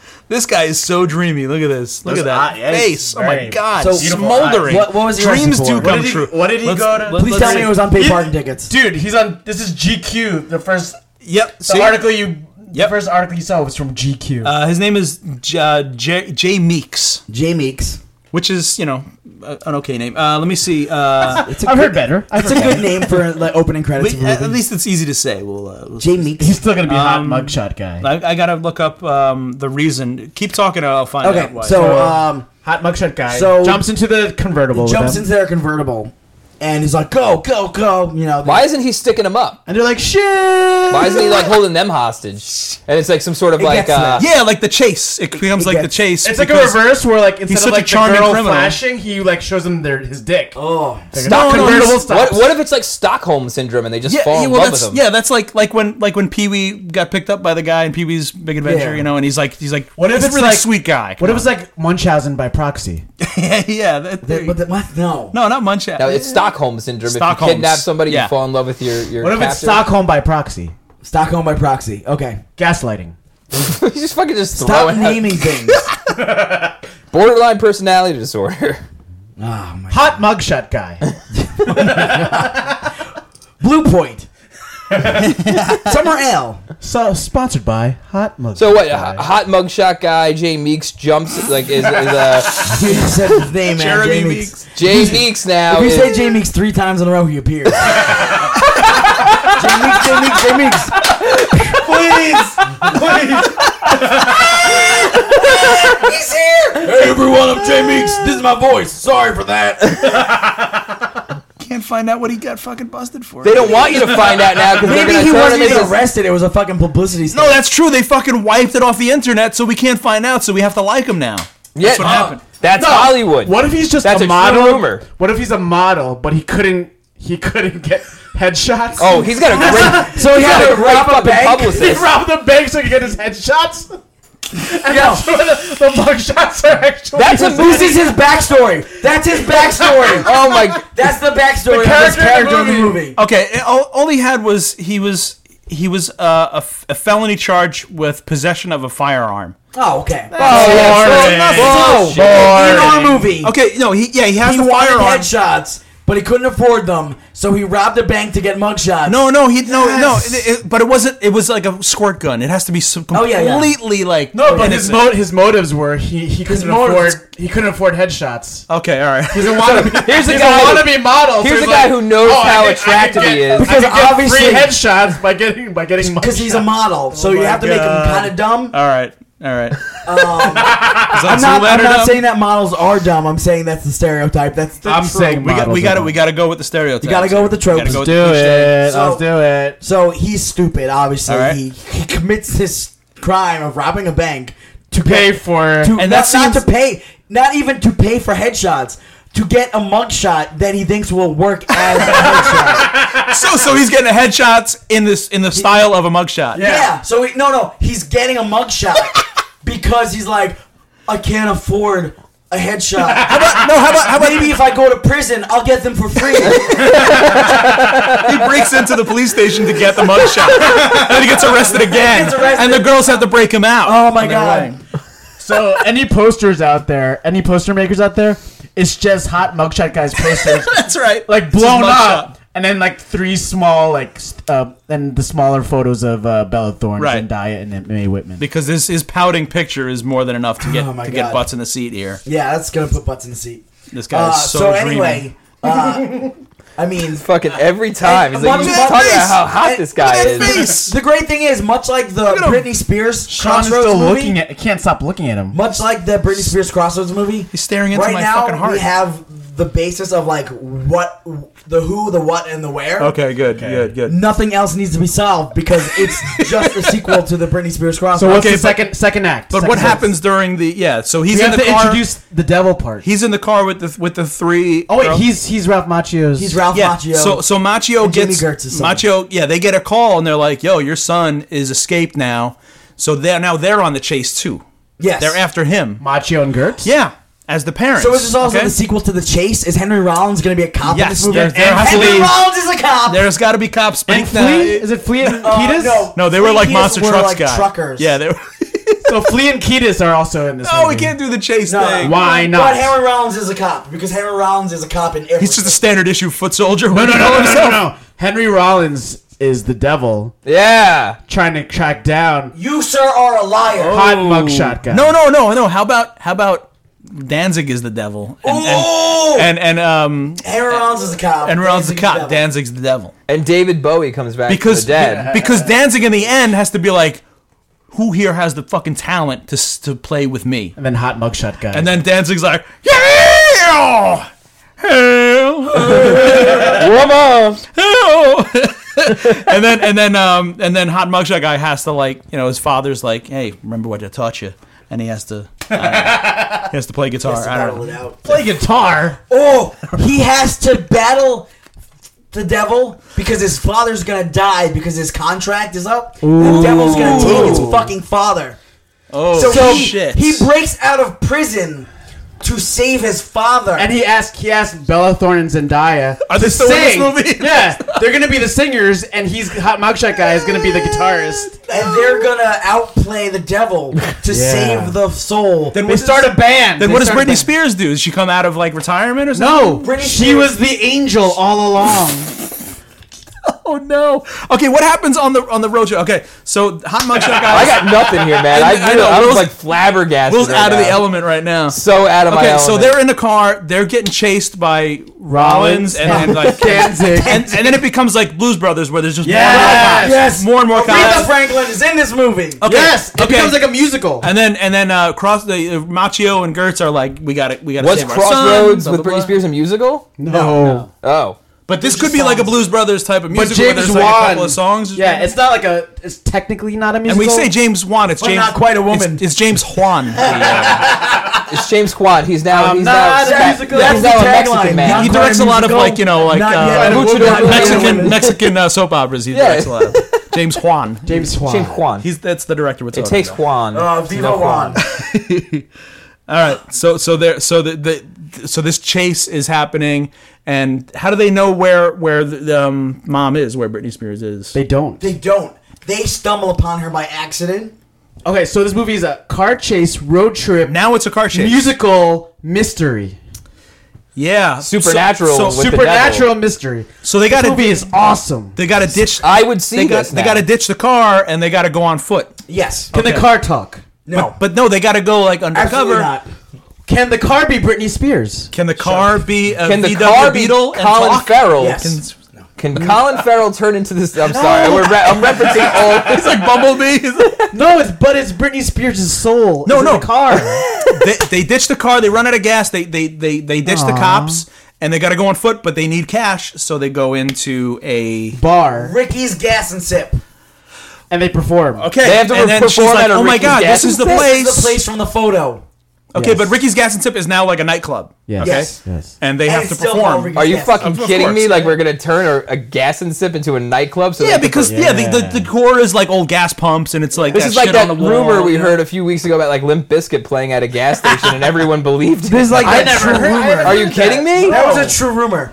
S4: this guy is so dreamy. Look at this. Look
S2: Those
S4: at that
S2: eye- yeah, he's
S4: face. Oh my
S2: very
S4: god,
S1: So- beautiful
S4: smoldering.
S1: eyes. What- what was he
S4: Dreams
S1: asking
S4: do
S1: for?
S4: come
S2: did he-
S4: true.
S2: what did he
S4: Let's-
S2: go to-
S4: let's-
S1: please
S4: let's
S1: tell
S4: see.
S1: me it was on paid
S2: You-
S1: parking tickets.
S2: Dude, he's on. This is GQ. The first
S4: Yep. See?
S2: you.
S4: Yep.
S2: first article you saw was from GQ.
S4: Uh, his name is J, uh, J-, J Meeks,
S1: Jay Meeks.
S4: which is you know a- an okay name. Uh, let me see. Uh,
S1: It's a
S2: I've
S1: good,
S2: heard better. I've
S1: It's a
S2: heard better.
S1: good name for like, opening credits.
S4: le-
S1: of a
S4: at
S1: movie.
S4: least it's easy to say. We'll. Uh, we'll
S1: Jay Meeks.
S2: He's still gonna be hot
S4: Um,
S2: mugshot guy.
S4: I, I gotta look up um, the reason. Keep talking, I'll find out.
S1: okay,
S4: why.
S1: so um,
S2: hot mugshot guy.
S1: So-
S2: jumps into the convertible.
S1: jumps
S2: with him.
S1: into their convertible, and he's like, "Go, go, go!" You know.
S3: Why isn't he sticking him up?
S2: and they're like, shit.
S3: Why isn't he like holding them hostage? And it's like some sort of
S1: It
S3: like
S1: gets
S3: uh,
S1: that.
S4: yeah, like the chase. It becomes like the
S1: gets-
S4: chase.
S2: It's like a
S4: because-
S2: reverse where like instead
S4: such
S2: of
S4: a
S2: like the
S4: charming
S2: girl
S4: criminal.
S2: flashing, he like shows him their his dick.
S1: Oh,
S2: Not
S4: no,
S2: convertible
S4: he's-
S2: stops.
S3: what what if it's like Stockholm syndrome and they just
S4: Yeah,
S3: fall
S4: yeah,
S3: in
S4: well,
S3: love with
S4: that's
S3: him?
S4: yeah, that's like like when like when Pee Wee got picked up by the guy in Pee Wee's Big Adventure,
S1: Yeah.
S4: you know, and he's like he's like
S2: What if
S4: "He's a
S2: it's
S4: really
S2: like-
S4: sweet guy?
S2: What if it's like Munchausen by proxy?
S4: yeah, yeah, that-
S1: That, but that, what? No.
S4: no, not Munchausen.
S3: Now, it's Stockholm syndrome.
S4: Stockholm's,
S3: If you kidnap somebody,
S4: yeah.
S3: you fall in love with your your.
S2: What if it's
S3: captor.
S2: Stockholm by proxy?
S1: Stockholm by proxy. Okay.
S2: Gaslighting.
S3: you just fucking just throw
S1: Stop
S3: it out.
S1: naming things.
S3: Borderline personality disorder.
S1: Oh my.
S2: Hot mugshot guy.
S1: Blue Point. Summer Ale.
S2: so sponsored by Hot Mugshot.
S3: So what? uh, a
S2: Guy.
S3: h- hot mugshot guy Jay Meeks jumps like is, is uh,
S1: You just said his name, man.
S4: Jeremy
S1: Jay
S4: Meeks.
S3: Jay Meeks now.
S1: If you
S3: is-
S1: say Jay Meeks three times in a row, he appears. Jay Meeks, Jay Meeks, Jay Meeks.
S2: Please, please.
S1: He's here. Hey everyone, I'm Jay Meeks. This is my voice. Sorry for that.
S4: Can't find out what he got fucking busted for.
S3: they don't want you to find out now because they're
S1: Maybe
S3: going to
S1: he
S3: turn him
S1: wasn't
S3: into.
S1: even arrested. It was a fucking publicity. stunt.
S4: no, that's true. They fucking wiped it off the internet, so we can't find out. So we have to like him now.
S3: Yeah,
S4: That's what happened.
S3: That's Hollywood.
S2: What if he's just
S3: That's
S2: a
S3: a true
S2: model?
S3: rumor.
S2: What if he's a model, but he couldn't he couldn't get headshots?
S3: Oh, he's got a great.
S1: So he
S3: he's got
S1: had to
S3: a great
S1: rob a
S3: fucking
S1: bank.
S2: he
S3: publicist.
S2: robbed the bank so he could get his headshots. And that's where the, the mugshots are actually.
S3: That's a
S1: This
S3: movie.
S1: is his backstory. That's his backstory.
S3: Oh my.
S1: That's the backstory
S2: The
S1: of this
S2: character
S1: character
S2: in
S1: in
S2: the
S1: the movie.
S4: Okay, it- all, all he had was he was he was uh, a, f- a felony charge with possession of a firearm.
S1: Oh, okay.
S3: Oh,
S4: Bullshit.
S1: in our movie,
S4: Okay, no, he yeah he has
S1: he
S4: the
S1: wanted
S4: firearm.
S1: headshots, but he couldn't afford them, so he robbed a bank to get mugshots.
S4: No, no, he no no. It, it- but it wasn't. It was like a squirt gun. It has to be so
S1: Oh, yeah, yeah.
S4: completely like
S2: no, but his
S4: innocent.
S2: mo- his motives were he he couldn't
S1: motives-
S2: afford he couldn't afford headshots.
S4: Okay, all right.
S2: He's a wannabe.
S3: Here's the
S2: he's
S3: guy
S2: a
S3: who-
S2: wannabe model.
S3: here's
S2: so
S3: the
S2: he's
S3: guy
S2: like,
S3: who knows
S2: "Oh, I
S3: how
S2: can- I
S3: attractive
S2: can
S3: he
S2: get-
S3: is."
S2: I can
S1: Because
S2: get
S1: obviously-
S2: free headshots by getting by getting
S1: because he's a
S2: mugshots.
S1: model, so you
S4: my
S1: have to make him
S4: God. Uh,
S1: kind of dumb.
S4: All right. All right.
S1: I'm not, I'm not saying that models are dumb. I'm saying that's the stereotype. That's the
S2: I'm
S1: trope.
S2: saying
S4: we got we
S2: models
S4: got to
S2: are
S4: we got to go with the stereotypes.
S1: You gotta go with the
S4: here. We gotta
S1: tropes.
S4: go with
S2: Do
S4: the cliche.
S2: it.
S1: So-
S2: Let's do it.
S1: So he's stupid. Obviously,
S4: All right.
S1: he, he commits this crime of robbing a bank to
S2: Pay
S1: to,
S2: for.
S4: And
S1: not,
S4: that
S1: not
S4: seems-
S1: to pay, not even to pay for headshots. To get a mugshot that he thinks will work as a headshot.
S4: So so he's getting headshots in this in the style of a mugshot.
S1: yeah. So he, no, no, he's getting a mugshot because he's like, I can't afford a headshot. How about, no, how about, how about maybe if I go to prison, I'll get them for free. Oh
S4: He breaks into the police station to get the mugshot. and he gets arrested again.
S1: Gets arrested.
S4: And the girls have to break him out.
S1: oh my
S4: on their
S1: god!
S4: wedding.
S2: So any posters out there, any poster makers out there, it's just hot mugshot guys posters
S4: That's right.
S2: like
S4: his
S2: blown
S4: mugshot.
S2: up, and then like three small like st- uh, and the smaller photos of uh, Bella Thorne,
S4: Right.
S2: Zendaya, and May Whitman.
S4: because his his pouting picture is more than enough to get
S1: Oh
S4: to
S1: my
S4: get
S1: God.
S4: butts in the seat here.
S1: Yeah, that's gonna put butts in the seat.
S4: This guy
S1: Uh,
S4: is so,
S1: so,
S4: dreamy.
S1: anyway, uh, I mean,
S3: Fucking every time. He's like,
S1: Watch
S3: you
S1: that
S3: talking about
S1: face.
S3: how hot this guy
S4: Look at that
S3: is.
S4: face.
S1: the great thing is, much like the
S4: at him.
S1: Britney Spears
S2: Sean is
S1: Crossroads
S2: still
S1: movie,
S2: looking at. I can't stop looking at him.
S1: much like the Britney Spears Crossroads movie,
S4: He's staring into
S1: right
S4: my
S1: now,
S4: fucking heart.
S1: We have the basis of like what, the who, the what, and the where.
S4: Okay, good, good, good.
S1: Nothing else needs to be solved because it's just a sequel to the Britney Spears Crossroads.
S2: So what's
S4: Okay,
S2: the
S4: but-
S2: second second act?
S4: But
S2: Second
S4: what
S2: act.
S4: happens during the yeah? So he's
S2: You
S4: in
S2: have
S4: the
S2: to
S4: car.
S2: introduce the devil part.
S4: he's in the car with the with the three.
S2: oh wait,
S4: girls.
S2: he's he's Ralph Macchio's.
S1: He's Ralph
S4: yeah.
S1: Macchio.
S4: So so Machio
S1: And Jimmy
S4: gets
S1: Gertz's son.
S4: Machio. Yeah, they get a call and they're like, "Yo, your son is escaped now." So they're now they're on the chase too.
S1: yes.
S4: They're after him.
S2: Macchio and Gertz.
S4: Yeah, as the parents.
S1: So is this also
S4: okay?
S1: the sequel to The Chase? Is Henry Rollins going to be a cop in
S4: Yes,
S1: this movie?
S4: there- there has to
S1: Henry
S4: be-
S1: Rollins is a cop.
S4: There's got to be cops.
S2: And
S4: beneath that.
S2: Flea? Is it Flea and
S1: Uh,
S2: Ketis?
S4: No, they were
S1: Flea
S4: like
S1: Keatis
S4: monster
S1: were
S4: trucks
S1: like
S4: guy.
S1: truckers.
S4: Yeah, they were.
S2: So Flea and Ketis are also in this.
S4: no, we
S2: movie.
S4: can't do the chase
S1: No.
S4: thing.
S2: Why
S1: But
S2: not?
S1: Henry Rollins is a cop because Henry Rollins is a cop in every.
S4: He's just a standard issue foot soldier.
S2: No, no, no, no, no, no, no. Henry Rollins is the devil
S3: Yeah.
S2: trying to track down
S1: you sir are a liar.
S2: hot mugshot guy.
S4: No, no, no, no. How about how about Danzig is the devil and
S1: Ooh!
S4: Oh. and, and, and um
S1: Henry Rollins is a cop.
S4: and Ron's the
S1: Danzig's
S4: cop.
S1: devil.
S4: Danzig's the devil
S3: And David Bowie comes back because
S4: because
S3: the dead.
S4: because Danzig in the end has to be like, who here has the fucking talent to s- to play with me?
S2: And then hot mugshot guy.
S4: And then Danzig's like, yeah, hell,
S3: Woman.
S4: hell. and then and then um and then hot mugshot guy has to like you know his father's like, hey, remember what I taught you, and he has to. I don't know. He has to play guitar.
S1: Has to
S4: I don't know.
S1: battle it out.
S2: play guitar.
S1: Oh, he has to battle the devil because his father's gonna die because his contract is up. The devil's gonna take his fucking father.
S4: Oh
S1: So, he,
S4: shit!
S1: he breaks out of prison to save his father.
S2: And he asked, he asked Bella Thorne and Zendaya.
S4: Are they
S2: to
S4: still in this
S2: sing.
S4: movie?
S2: yeah, they're gonna be the singers, and he's hot mugshot guy is gonna be the guitarist.
S1: and they're gonna outplay the devil to save the soul.
S4: Then
S2: They
S4: what
S2: start
S4: does-
S2: a band.
S4: Then
S2: They
S4: what does
S2: start a
S4: Britney
S2: band.
S4: Spears do? Does she come out of like retirement or something?
S2: No,
S1: Britney
S2: she
S1: Spears-
S2: was the angel all along.
S4: Oh no. Okay, what happens on the on the road show? Okay, so hot mugshot guy.
S3: I got nothing here, man. I,
S4: I
S3: really-
S4: know,
S3: I, was
S4: Will's-
S3: like flabbergasted.
S4: Will's
S3: right
S4: out of the
S3: now.
S4: element right now.
S3: So out of my
S4: Okay,
S3: element.
S4: so they're in the car. They're getting chased by Rollins and, and like
S2: Danzig.
S4: and, and then it becomes like Blues Brothers, where there's just
S2: Yes.
S1: Yes.
S4: more and more cops, more and more
S1: Aretha
S4: cops.
S1: Franklin is in this movie.
S4: Okay,
S2: Yes, it
S4: okay.
S2: becomes like a musical.
S4: and then and then uh, cross the uh, Machio and Gertz are like, we got to we got to
S3: was
S4: save our son,
S3: Crossroads
S4: blah,
S3: with
S4: blah,
S3: Britney
S4: blah.
S3: Spears a musical?
S2: no.
S3: Oh,
S4: But this could be like a Blues Brothers type of
S2: But
S4: music. where
S2: James
S4: there's
S2: Wan.
S4: like a couple of songs.
S2: Yeah, it's not like a. It's technically not a
S4: and
S2: musical.
S4: we say James Wan. It's
S1: But
S4: James
S1: not quite a woman.
S4: It's, it's James Juan.
S3: it's James Quad. He's now.
S2: I'm
S3: he's
S2: not
S3: now.
S2: a
S3: Spa-
S2: musical.
S1: That's
S3: He's now a
S1: the
S3: Mexican
S1: tagline.
S3: man.
S4: he
S1: Not
S4: directs a
S1: quite a
S4: lot of
S1: musical.
S4: like you know like
S1: Not
S4: uh,
S1: yet. Not
S3: Mucho Dolor.
S1: yet.
S4: Mexican Mexican uh, soap operas. He
S3: Yeah.
S4: directs a lot of. James Juan.
S2: James Juan.
S3: James Juan.
S4: He's that's the director we're
S3: It
S4: talking
S3: takes
S4: about.
S3: Juan.
S1: Oh,
S3: It's
S1: Viva
S3: no
S1: Juan.
S4: All right. So so there so the, the so this chase is happening, and how do they know where where the um, mom is, where Britney Spears is?
S2: They don't.
S1: They don't. They stumble upon her by accident.
S2: Okay, so this movie is a car chase, road trip,
S4: now it's a car chase.
S2: musical mystery,
S4: Yeah.
S3: Supernatural
S4: So, so,
S3: with- the
S2: supernatural mystery.
S4: so they got
S2: This
S4: to
S2: movie is awesome.
S4: They got to ditch.
S3: I would see
S4: they got
S3: this
S4: they
S3: now.
S4: got to ditch the car and they got to go on foot.
S1: Yes.
S2: Can the
S4: Okay.
S2: car talk?
S1: No.
S4: But no, they got to go like
S1: absolutely
S4: undercover.
S1: not.
S2: Can the car be Britney Spears?
S4: Can the car be a
S3: Can the
S4: VW
S3: car be
S4: Beetle and
S3: Colin
S4: talk?
S3: Farrell?
S1: Yes.
S4: Can-
S3: Can Colin Farrell turn into this? I'm sorry, we're re- I'm referencing all.
S4: It's like Bumblebee.
S2: No, it's but it's Britney Spears' soul.
S4: No,
S2: is in
S4: no.
S2: the car.
S4: they, they ditch the car. They run out of gas. They they they they ditch the cops, and they got to go on foot, but they need cash, so they go into a
S2: Bar
S1: Ricky's gas and sip.
S2: and they perform.
S4: okay.
S3: They have to
S4: and then she's
S3: perform
S4: like,
S3: at a
S4: "Oh my
S3: Ricky's
S4: god,
S3: Gas
S4: this is the
S3: and Sip?"
S4: place."
S1: This is the place from the photo.
S4: Okay,
S2: Yes.
S4: but Ricky's Gas and Sip is now like a nightclub.
S2: Yes.
S4: Okay?
S1: Yes.
S2: Yes.
S4: And they
S1: And
S4: have
S1: it's
S4: to
S1: still called
S4: perform.
S1: Ricky's
S3: Are you
S1: Gas.
S3: fucking
S4: Of- of
S3: kidding me?
S4: course.
S3: Like we're gonna turn a, a gas and sip into a nightclub? So they
S4: Yeah,
S3: can
S4: because
S3: perform-
S4: yeah, the, the the core is like old gas pumps, and it's like
S3: this
S4: that
S3: is like
S4: shit
S3: that
S4: on the wall.
S3: rumor we heard a few weeks ago about like Limp Bizkit playing at a gas station, and everyone believed. This
S2: like
S1: I
S2: that
S1: never
S2: true
S1: heard. I
S2: rumor.
S1: haven't
S3: Are
S1: heard
S3: you
S1: that.
S3: kidding me?
S1: That was a true rumor.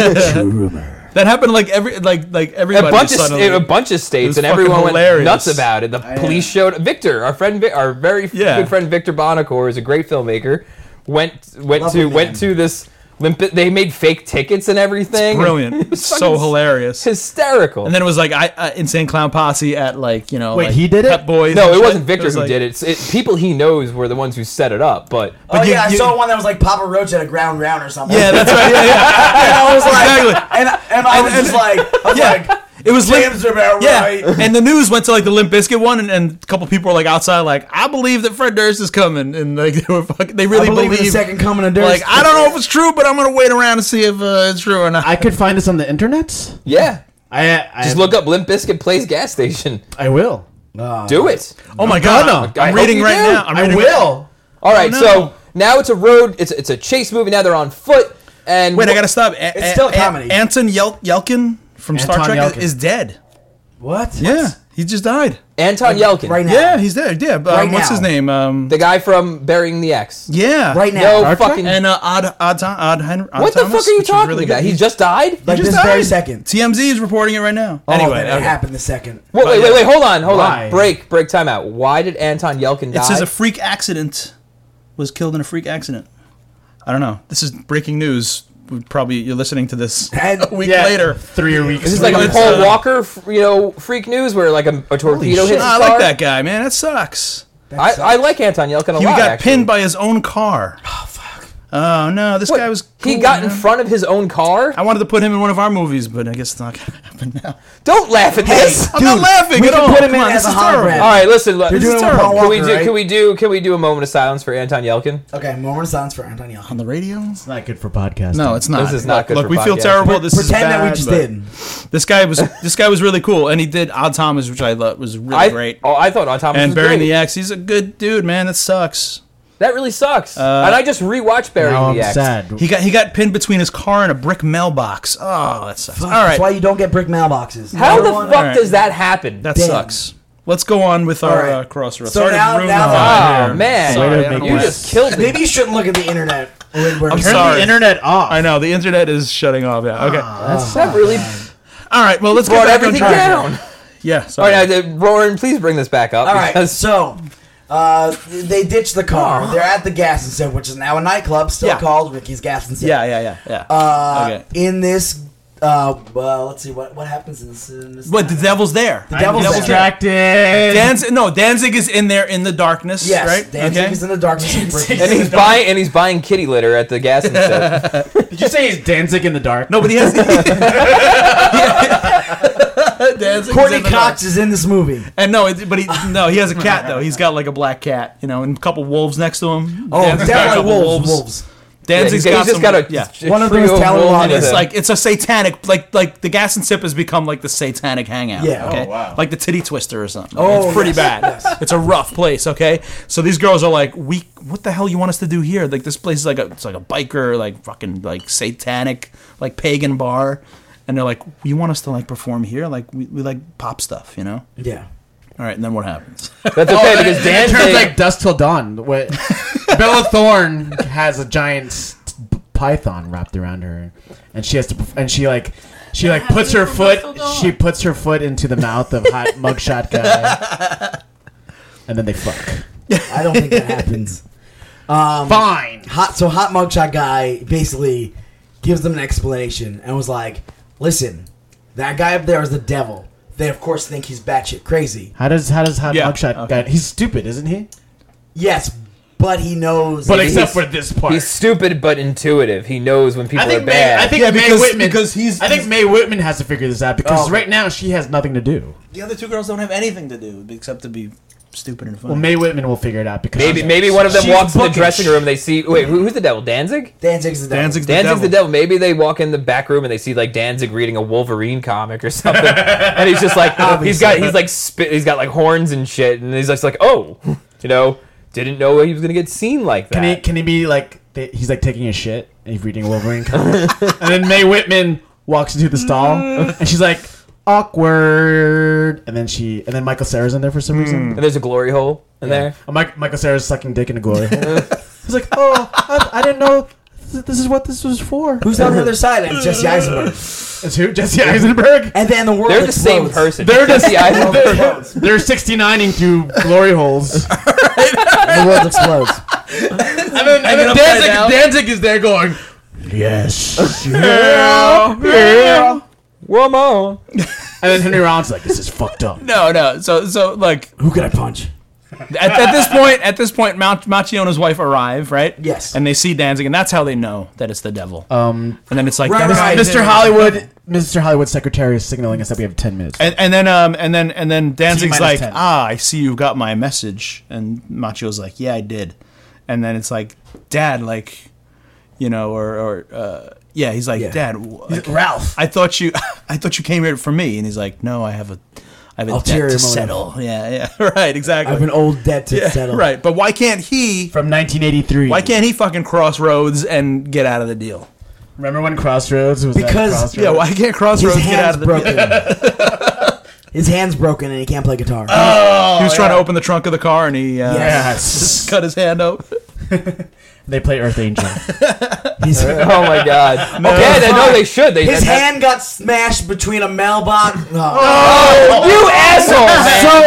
S4: That happened like every like like everybody
S3: a bunch of
S4: suddenly.
S3: in a bunch of
S4: was
S3: states, and
S4: fucking
S3: everyone went
S4: hilarious.
S3: nuts about it. The police showed Victor, our friend, Vi- our very
S4: Yeah.
S3: good friend Victor Bonacore, is a great filmmaker. Went went
S1: Lovely
S3: to
S1: man.
S3: went to this. Limp, they made fake tickets and everything. It
S4: brilliant,
S3: was
S4: so
S3: fucking
S4: hilarious.
S3: hysterical.
S4: And then it was like I uh, insane clown posse at like you know
S2: Wait,
S4: like
S2: he did it?
S4: Pep Boys.
S3: no,
S4: and
S3: it
S4: shit.
S3: wasn't Victor
S4: was
S3: who
S4: like-
S3: did it. It's- it. People he knows were the ones who set it up. But
S1: oh
S4: you-
S1: yeah,
S4: you-
S1: I saw one that was like Papa Roach at a ground round or something.
S4: Yeah, that's right. Yeah, yeah.
S1: and I was like,
S4: Exactly.
S1: and, and I was
S4: And-
S1: just like, I was
S4: yeah.
S1: like,
S4: It was Limp-
S1: James about
S4: yeah.
S1: right.
S4: And the news went to like the Limp Bizkit one, and, and a couple people were like outside, like I believe that Fred Durst is coming, and like they were fucking, they really
S1: I believe in the
S4: believed-
S1: second coming of
S4: Like
S1: Durst.
S4: I don't know if it's true, but I'm gonna wait around and see if uh, it's true or not.
S2: I could find this on the internet.
S3: yeah,
S2: I, I
S3: just look up Limp Bizkit plays gas station.
S2: I will.
S3: Do it.
S4: oh my god,
S2: gonna.
S4: I'm
S3: I hope
S4: reading
S3: you
S4: right
S3: do.
S4: now. I'm
S2: I
S4: reading
S2: will.
S3: All right,
S4: Oh, no.
S3: so now it's a road. It's it's a chase movie. Now they're on foot. And
S4: Wait, I gotta stop. A-
S1: It's still a comedy.
S4: Anton Yel- Yelkin from Star
S2: Anton
S4: Trek is-
S2: Yelkin.
S4: is dead.
S1: What?
S4: Yeah, he just died.
S3: Anton Yelkin,
S1: Right now.
S4: Yeah, he's dead. Yeah, but um,
S1: Right
S4: what's
S1: now.
S4: his name? Um,
S3: the guy from Burying the Ex.
S4: yeah,
S1: Right now.
S3: No
S2: Star Trek?
S3: fucking.
S4: And uh, Odd Odd Tom, Odd Henry. Odd
S3: what the
S4: Thomas,
S3: fuck are you
S4: which is
S3: talking
S4: really
S3: about?
S4: good.
S3: He just died.
S1: Like
S4: He just
S1: this very
S4: died.
S1: second.
S4: TMZ is reporting it right now.
S1: Oh,
S4: anyway,
S1: that
S4: okay.
S1: happened the second.
S3: Wait, wait, wait, wait, hold on, hold
S2: Why?
S3: on. Break, break, time out. Why did Anton Yelkin die?
S4: It says a freak accident was killed in a freak accident. I don't know. This is breaking news. We Probably you're listening to this
S1: And-
S4: a week
S2: Yeah,
S4: later.
S2: three weeks.
S3: this is like a
S4: It's,
S3: Paul
S4: uh,
S3: Walker, f- you know, freak news where like a, a torpedo
S2: shit.
S3: hits. his
S4: Ah, I like
S3: car.
S4: that guy, man. That sucks.
S3: I, I like Anton Yelkin a
S4: He
S3: lot.
S4: got
S3: actually.
S4: pinned by his own car. Oh fuck. Oh no, this
S3: What?
S4: guy was.
S3: he
S4: cool,
S3: got in
S4: man.
S3: front of his own car.
S4: I wanted to put him in one of our movies, but I guess it's not gonna happen now.
S3: Don't laugh at this.
S4: I'm not laughing
S1: we
S4: at
S1: can
S4: all.
S1: put him
S4: Come
S1: in
S4: on,
S1: as
S4: this
S1: a
S4: is terrible.
S1: hologram.
S3: All right, listen. Look,
S1: You're
S3: this is
S1: doing it with
S3: terrible.
S1: Paul
S3: Can we
S1: Walker,
S3: do?
S1: right?
S3: Can we do? Can we do a moment of silence for Anton Yelkin?
S1: Okay, moment of silence for Anton
S4: on
S1: Yelchin.
S4: the radio.
S2: It's not good for podcasting.
S4: No, it's not.
S3: This is not
S4: Look,
S3: good
S4: Look,
S3: for
S4: we feel
S3: podcasting.
S4: terrible. This is
S1: Pretend
S4: bad,
S1: that we just
S4: but
S1: did.
S4: This guy was this guy was really cool, and he did Odd Thomas, which I thought was really
S3: I,
S4: great.
S3: Oh, I thought Autonomous
S4: and
S3: was great.
S4: burying the X, he's a good dude, man. That sucks.
S3: that really sucks.
S4: Uh,
S3: and I just rewatched Burying
S2: Now I'm
S3: the X.
S2: sad.
S4: He got he got pinned between his car and a brick mailbox. Oh, that sucks. All
S1: That's why
S4: right,
S1: you don't get brick mailboxes.
S3: How
S1: Number
S3: the
S1: one-
S3: fuck
S4: right.
S3: does that happen?
S4: that
S1: Damn.
S4: sucks. Let's go on with our
S1: right.
S4: uh, crossroads.
S1: So
S4: Sorry to
S1: now-
S4: ruin
S1: now-
S4: that
S3: Oh
S4: here.
S3: man,
S4: Sorry,
S2: Way to
S4: I don't
S2: make
S3: you
S4: know.
S2: it-
S3: just killed it.
S1: Maybe you shouldn't look at the internet. when we're-
S4: I'm
S2: Turn
S4: sorry.
S2: the internet off.
S4: I know the internet is shutting off. Yeah. Okay.
S1: Ah,
S3: That's that really
S4: All right. Well, let's
S3: brought
S4: get back on
S3: everything
S4: track. here.
S3: down.
S4: Oh, Yeah.
S3: All
S4: Sorry.
S3: right, now, uh, Roran, please bring this back up.
S1: All right,
S3: because-
S1: so uh, they ditch the car. They're at the gas and sip, which is now a nightclub, still
S4: Yeah.
S1: called Ricky's Gas and Sip.
S4: yeah. Yeah. Yeah. Yeah.
S1: Uh,
S4: okay.
S1: In this, uh, well, let's see what what happens in this. In this
S4: But the devil's there.
S1: The devil's
S2: I'm
S1: there.
S2: distracted.
S4: Danzig, no, Danzig is in there in the darkness,
S1: Yes,
S4: right?
S1: Danzig is in the darkness. with Ricky.
S3: and he's buying and he's buying kitty litter at the gas and stuff.
S2: Did you say he's Danzig in the dark?
S4: no, but he has. Danzig is
S1: Courtney
S4: in the
S1: Cox is in this movie.
S4: dark- And no, it, but he no, he has a cat though. He's got like a black cat, you know, and a couple wolves next to him.
S1: Oh,
S4: Danzig's got a
S1: definitely
S4: couple
S1: wolves. Wolves.
S3: Yeah,
S4: Danzig's
S3: he's,
S4: got
S3: he's just
S4: some-
S3: got a
S4: yeah.
S1: One of them
S3: trio
S1: is Talon
S3: rolling
S1: Lodge.
S4: It's
S3: with
S4: like it's a satanic, like like the gas and sip has become like the satanic hangout.
S1: Yeah.
S4: Okay?
S2: Oh, wow.
S4: Like the titty twister or something.
S1: Oh,
S4: it's pretty
S1: yes,
S4: bad.
S1: yes.
S4: It's a rough place. Okay, so these girls are like, we, what the hell you want us to do here? Like this place is like a, it's like a biker, like fucking like satanic, like pagan bar, and they're like, you want us to like perform here? Like we, we like pop stuff, you know?
S1: Yeah.
S4: All right, and then what happens?
S3: That's okay because
S2: Oh, it turns
S3: Danzig.
S2: like dusk till dawn. What- Bella Thorne has a giant s- p- python wrapped around her, and she has to, perf- and she like, she like puts her foot, she puts her foot into the mouth of hot mugshot guy, and then they fuck.
S1: I don't think that happens. Um,
S2: Fine.
S1: hot so hot mugshot guy basically gives them an explanation and was like, "Listen, that guy up there is the devil. They of course think he's batshit crazy.
S2: How does how does hot
S4: Yeah,
S2: mugshot
S4: okay.
S2: guy? He's stupid, isn't he?
S1: Yes, but he knows.
S2: But
S1: that
S2: except
S1: he's-
S2: for this part.
S3: He's stupid but intuitive. He knows when people
S2: I think
S3: are
S2: May,
S3: bad.
S2: I think
S4: Yeah,
S2: May
S4: because-
S2: Whitman
S4: because he's-
S2: I think May Whitman has to figure this out because
S1: Oh.
S2: right now she has nothing to do.
S4: the other two girls don't have anything to do except to be stupid and funny.
S2: Well, May Whitman will figure it out because
S3: maybe maybe one of them
S2: she's
S3: walks in the
S2: bookish.
S3: dressing room. They see wait who, who's the devil? Danzig.
S1: Danzig's the devil.
S4: Danzig's the
S3: Danzig's
S4: devil.
S3: the devil. Maybe they walk in the back room and they see like Danzig reading a Wolverine comic or something, and he's just like he's got he's like spit, he's got like horns and shit, and he's just like oh, you know, didn't know he was gonna get seen like that.
S2: Can he can he be like th- he's like taking a shit and he's reading a Wolverine comic, and then May Whitman walks into the stall and she's like awkward, and then she and then Michael Sarah's in there for some reason.
S3: and there's a glory hole in there.
S2: And Mike, Michael Sarah's sucking dick in a glory hole. he's like, oh, I, I didn't know. th- This is what this was for.
S1: Who's on the other side? And it's Jesse Eisenberg.
S2: It's who? Jesse Eisenberg.
S1: And then the world.
S3: They're the
S1: explodes.
S3: same person.
S2: They're
S3: Jesse
S2: just-
S3: Eisenberg.
S1: The world explodes.
S2: They're 69ing through glory holes.
S1: And the world explodes.
S2: And then, and then
S3: upside down.
S2: Danzig, Danzig is there going, yes, yeah, yeah.
S3: Woman.
S2: And then Henry Rollins is like, this is fucked up.
S4: no, no. So so like
S1: Who could I punch?
S4: at, at this point, at this point, Mount, Machiona's wife arrive, right?
S1: Yes.
S4: And they see Danzig, and that's how they know that it's the devil.
S2: Um,
S4: and then it's like,
S1: Right,
S4: that's-
S1: right.
S2: Mr. Hollywood, Mr. Hollywood's secretary is signaling us that we have 10 minutes.
S4: And, and then um and then and then Danzig's
S2: T-minus
S4: like,
S2: 10.
S4: ah, I see you've got my message, and Machio's like, yeah, I did. And then it's like, Dad, like, you know, or or uh, yeah, he's like,
S1: Yeah.
S4: Dad, w- like,
S1: Ralph.
S4: I thought you, I thought you came here for me, and he's like, no, I have a, I have a debt
S1: Ulterior
S4: to
S1: motive.
S4: settle. Yeah, yeah, right,
S1: I
S4: exactly.
S1: have an old debt to
S4: Yeah,
S1: settle.
S4: Right, but why can't he?
S2: From 1983.
S4: Why can't he fucking crossroads and get out of the deal?
S2: Remember when Crossroads was at
S1: Because-
S2: Crossroads?
S4: Yeah, why can't
S1: His
S4: crossroads get out
S1: hand's
S4: of the deal?
S1: broken. His hand's broken and he can't play guitar.
S4: He was trying to open the trunk of the car and he uh,
S2: Yes.
S4: cut his hand out.
S2: They play Earth Angel.
S1: He's-
S3: Oh my god. yeah, they, no, they should. They
S1: His
S3: that- that-
S1: hand got smashed between a mailbox. Oh.
S4: Oh.
S3: Oh, You asshole.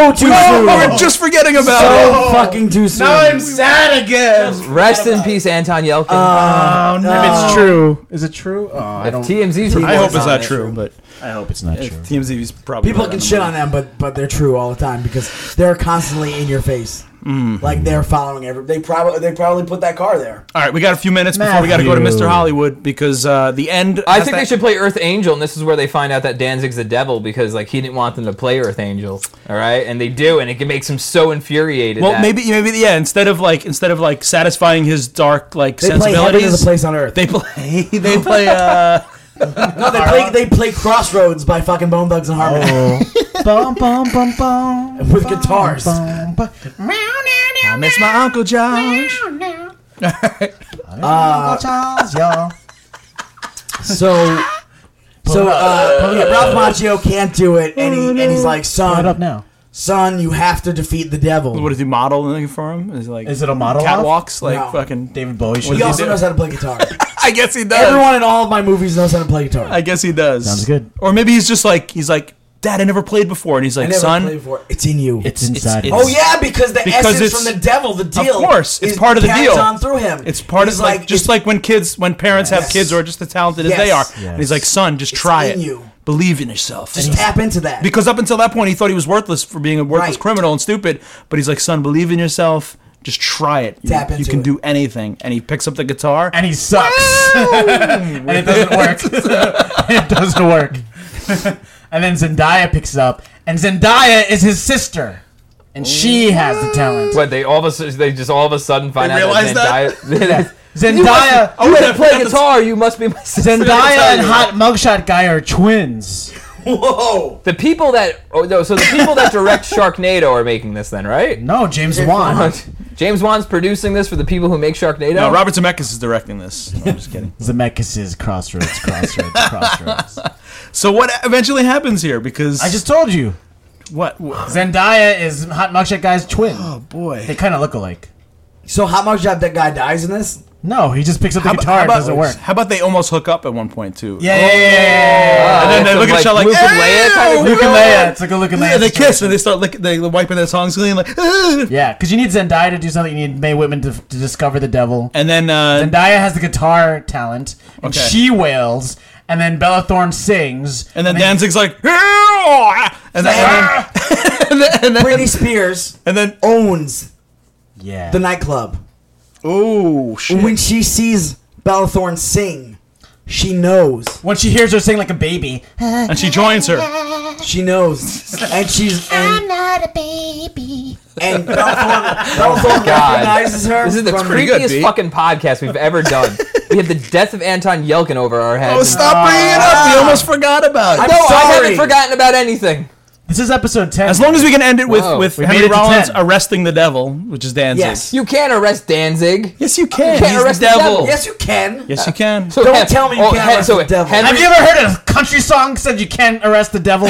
S3: man.
S1: so too soon.
S4: We're just forgetting about it.
S1: Oh, so fucking too soon.
S2: sad again.
S3: Rest in peace, Anton Yelkin.
S4: Uh,
S2: Oh, no. If it's true. Is it true? Oh, I
S3: if
S2: don't.
S3: TMZ's
S4: I hope it's
S3: reporting on
S4: not
S3: it-
S4: true, but uh,
S2: I hope it's not true.
S4: TMZ's probably
S1: People
S4: right
S1: can
S4: the
S1: shit
S4: money.
S1: on them, but but they're true all the time because they're constantly in your face.
S4: Hmm.
S1: Like they're following every. They probably they probably put that car there.
S4: All right, we got a few minutes before we got to go to
S2: Matthew.
S4: Mr. Hollywood because uh, the end.
S3: I
S4: has
S3: think
S4: that-
S3: they should play Earth Angel, and this is where they find out that Danzig's the devil because like he didn't want them to play Earth Angel. All right, and they do, and it makes him so infuriated.
S4: Well,
S3: that-
S4: maybe, maybe, yeah. Instead of like, instead of like satisfying his dark like
S1: They play Heaven is
S4: sensibilities,
S1: a place on earth.
S4: they play, they play. Uh,
S1: no, they play they play Crossroads by fucking Bone Thugs and Harmony
S2: bum, bum, bum, bum.
S1: with guitars.
S2: Bum, bum.
S4: I miss my uncle Josh.
S2: Uh, Charles, y'all.
S1: So. So uh, yeah, Ralph Macchio can't do it, and, he, and he's like,
S2: Put it
S1: son,
S2: up now.
S1: son, you have to defeat the devil.
S4: What is he modeling for him? Is he like
S2: Is it a model
S4: catwalks? Like
S1: No.
S4: fucking.
S2: David Bowie.
S1: he
S2: Should
S1: also knows how to play guitar.
S4: I guess he does.
S1: Everyone in all of my movies knows how to play guitar.
S4: I guess he does.
S2: Sounds good.
S4: Or maybe he's just like he's like, Dad, I never played before, and he's
S1: I
S4: like,
S1: never
S4: Son,
S1: played before. It's in you.
S2: it's inside.
S4: it's-
S1: Oh yeah, because the
S4: Because
S1: essence
S4: it's-
S1: from the devil, the deal.
S4: course, it's
S1: is
S4: part of the
S1: carries
S4: deal.
S1: on through him.
S4: It's part
S1: He's
S4: of like, just
S1: it's-
S4: like when kids when parents have
S1: Yes.
S4: kids who are just as talented as
S1: Yes.
S4: they are. And
S2: Yes.
S4: he's like, son, just try
S1: in
S4: it.
S1: you.
S4: Believe in yourself.
S1: just tap into that.
S4: because up until that point he thought he was worthless for being a worthless
S1: Right.
S4: criminal and stupid. But he's like, son, believe in yourself. Just try it. You,
S1: Tap
S4: you
S1: into
S4: can
S1: it."
S4: do anything. And he picks up the guitar.
S2: and he sucks. and it doesn't work. it doesn't work. and then Zendaya picks it up, and Zendaya is his sister, and she has the talent.
S3: But they all of a sudden, they just all of a sudden find
S4: They
S3: out
S4: realize
S3: that Zendaya.
S2: Zendaya,
S3: Oh,
S4: wait,
S3: wait,
S4: I
S3: play
S4: forgot to-
S3: guitar. You must be my sister.
S2: Zendaya, and Hot Mugshot Guy are twins.
S1: whoa,
S3: The people that oh no, so the people that direct Sharknado are making this then, right?
S2: No, James Wan
S3: James Wan's producing this for the people who make Sharknado.
S4: No, Robert Zemeckis is directing this. No, I'm just kidding.
S2: Zemeckis' Crossroads, Crossroads, Crossroads.
S4: So what eventually happens here? Because
S2: I just told you,
S4: what? what-
S2: Zendaya is Hot Mugshot Guy's twin.
S4: Oh boy.
S2: They kind of look alike.
S1: So how much job that guy dies in this?
S2: No, he just picks up the guitar. and doesn't work.
S4: How about they almost hook up at one point too?
S2: Yeah, yeah, yeah, yeah, yeah.
S4: And then they
S3: Uh, Some,
S4: look at each other like,
S3: Luke and Leia kind of-
S4: "Ew!"
S2: Luke and Leia. It's like a Luke and Leia.
S4: Yeah, they
S2: situation.
S4: kiss and they start licking, they wiping their tongues clean, like, "Ugh."
S2: Yeah, because you need Zendaya to do something. You need May Whitman to, to discover the devil.
S4: and then uh,
S2: Zendaya has the guitar talent, and
S4: Okay.
S2: she wails, and then Bella Thorne sings,
S4: and then Danzig's like, "Ew!" and then, and then, and then,
S1: Britney Spears
S4: and then
S1: owns
S2: yeah,
S1: the nightclub.
S4: oh shit,
S1: When she sees Bella Thorne sing, she knows.
S2: when she hears her sing like a baby,
S4: and she joins her.
S1: She knows, and she's
S6: I'm
S1: and,
S6: not a baby.
S1: and Bella Thorne, Bella Thorne recognizes her.
S3: Oh This is the
S1: from-
S4: pretty good, B.
S3: creepiest fucking podcast we've ever done. we had the death of Anton Yelkin over our heads.
S4: Oh, stop bringing it up! We almost forgot about
S1: I'm
S4: it.
S3: no, I
S1: sorry.
S3: haven't forgotten about anything.
S2: this is episode ten.
S4: As long as we can end it with
S3: Whoa.
S4: with
S2: We made
S4: Henry
S2: it to
S4: Rollins
S2: 10.
S4: arresting the devil, which is Danzig.
S1: Yes.
S3: You can't arrest Danzig.
S4: Yes, you can.
S3: can't
S4: He's
S3: arrest
S4: the
S3: the
S4: devil.
S3: devil.
S1: Yes, you can.
S4: Yes, you can.
S3: So
S1: Don't
S3: Hen- oh,
S1: tell me you can't
S3: Hen-
S1: arrest the devil.
S2: have you ever heard a country song said you can't arrest the devil?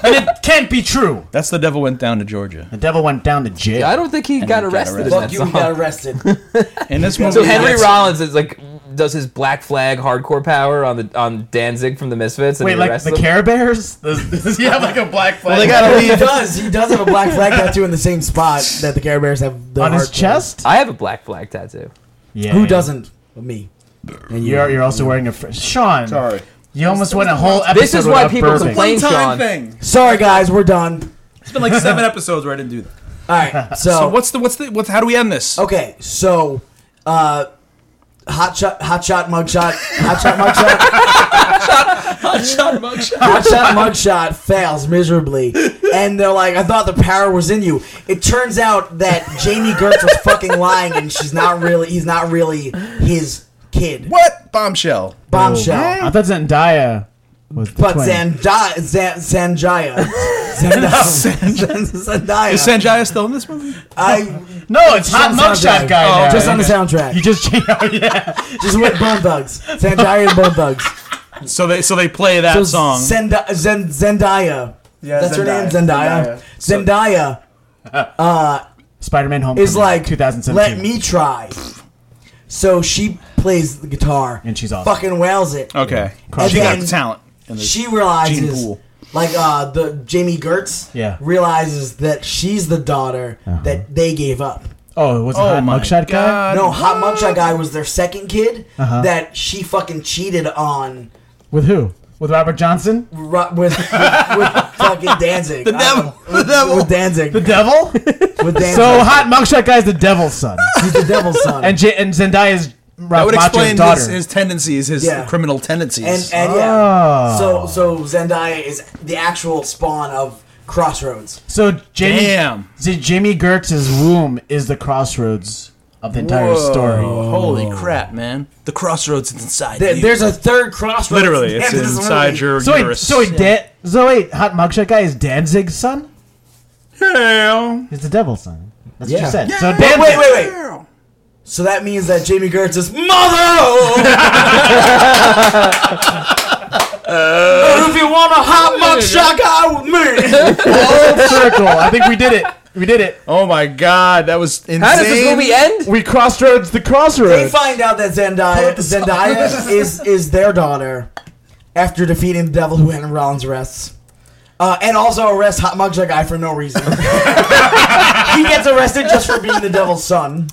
S2: and it can't be true.
S4: That's the devil went down to Georgia.
S2: The devil went down to jail.
S3: I don't think he got
S4: got
S3: arrested. in
S4: arrested.
S1: Fuck
S3: that
S1: you, he
S3: song.
S1: got arrested.
S4: And this movie,
S3: So Henry
S4: gets-
S3: Rollins is like does his black flag hardcore power on the on Danzig from the Misfits and
S2: Wait,
S3: he
S2: like
S3: arrests
S2: the
S3: him.
S2: Care Bears? Does, does he have like a black flag
S4: Well, they gotta
S1: he
S4: leave.
S1: does. He does have a black flag tattoo in the same spot that the Care Bears have the
S2: on his
S1: heart for.
S2: chest?
S3: I have a black flag tattoo.
S2: Yeah,
S1: Who
S2: yeah.
S1: doesn't? But me. And you
S2: You're, you're also wearing a fr- Sean. Sorry, you almost went a whole episode.
S3: This is why
S2: without
S3: people
S2: burping.
S3: complain, Sean.
S4: thing.
S1: Sorry, guys, we're done.
S4: It's been like seven episodes where I didn't do that.
S1: All right. So,
S4: So what's the what's the what's how do we end this?
S1: Okay, so uh, hot shot, hot shot, mugshot, hot shot, mugshot, hot shot, mugshot fails miserably, and they're like, "I thought the power was in you." It turns out that Jamie Gertz was fucking lying, and she's not really. He's not really his kid.
S4: What bombshell?
S1: Bombshell.
S2: Oh, I thought Zendaya was the
S1: But
S2: twin.
S1: Zandaya, Zanjaya,
S4: Is
S1: Zandaya,
S4: Sanjaya still in this movie?
S1: I
S2: no, it's hot
S1: Just on
S2: mugshot
S1: soundtrack.
S2: guy.
S4: Oh,
S2: now.
S1: just on the
S4: okay.
S2: you
S1: soundtrack,
S2: just changed. Oh, yeah.
S1: just with Bone Thugs, Zandaya and Bone Thugs.
S4: So they so they play that song.
S1: Zend- Zen- Zendaya.
S4: Yeah,
S1: that's her name,
S4: Zendaya.
S1: Zendaya. Zendaya
S2: Spider-Man: Homecoming.
S1: is like,
S2: 2017.
S1: let me try. So she plays the guitar
S2: And she's awesome.
S1: Fucking wails it.
S4: okay,
S1: And
S4: she got
S1: then
S4: the talent. And the-
S1: She
S4: Gene
S1: realizes,
S4: Pool.
S1: like uh, the Jamie Gertz,
S2: Yeah. Uh-huh.
S1: realizes that she's the daughter that they gave up.
S2: Oh, it was a
S4: Oh
S2: hot
S4: my
S2: mugshot guy
S4: God.
S1: No, Hot Mugshot guy was their second kid
S2: Uh-huh.
S1: that she fucking cheated on
S2: with who? With Robert Johnson?
S1: ru- with with, with fucking Danzig. The
S4: devil. The devil.
S1: With Danzig.
S2: The devil?
S1: with Danzig.
S2: so hot mugshot guy's the devil's son,
S1: He's the devil's son.
S2: and J- and Zendaya's
S4: That
S2: Ralph
S4: would
S2: Macho's
S4: explain his,
S2: daughter.
S4: his tendencies, his
S1: Yeah.
S4: criminal tendencies.
S1: and and yeah, so so Zendaya is the actual spawn of Crossroads.
S2: so Jamie,
S4: Damn.
S2: so Jimmy Gertz's womb is the crossroads of the entire
S4: Whoa.
S2: story.
S4: Holy crap, man! The crossroads is inside.
S1: There-
S4: you.
S1: there's a third Crossroads.
S4: literally
S1: in
S4: it's
S1: this
S4: inside
S1: movie.
S4: your
S2: So wait,
S4: uterus.
S2: so wait, Dan- so wait, hot mugshot guy is Danzig's son?
S4: Hell.
S2: He's the devil's son. That's what
S1: Yeah.
S2: you said. So
S1: Wait,
S2: Dan,
S1: wait, wait, wait. So that means that Jamie Gertz is mother. But if you want a hot mugshot guy with me,
S2: miracle. I think we did it. We did it.
S4: Oh my god, that was insane.
S3: How does this movie end?
S2: We crossroads the
S1: They
S2: crossroads.
S1: find out that Zendaya Zendaya is is their daughter after defeating the devil who Henry Rollins arrests. Uh, and also arrests Hot Mugshot Guy for no reason. he gets arrested just for being the devil's son.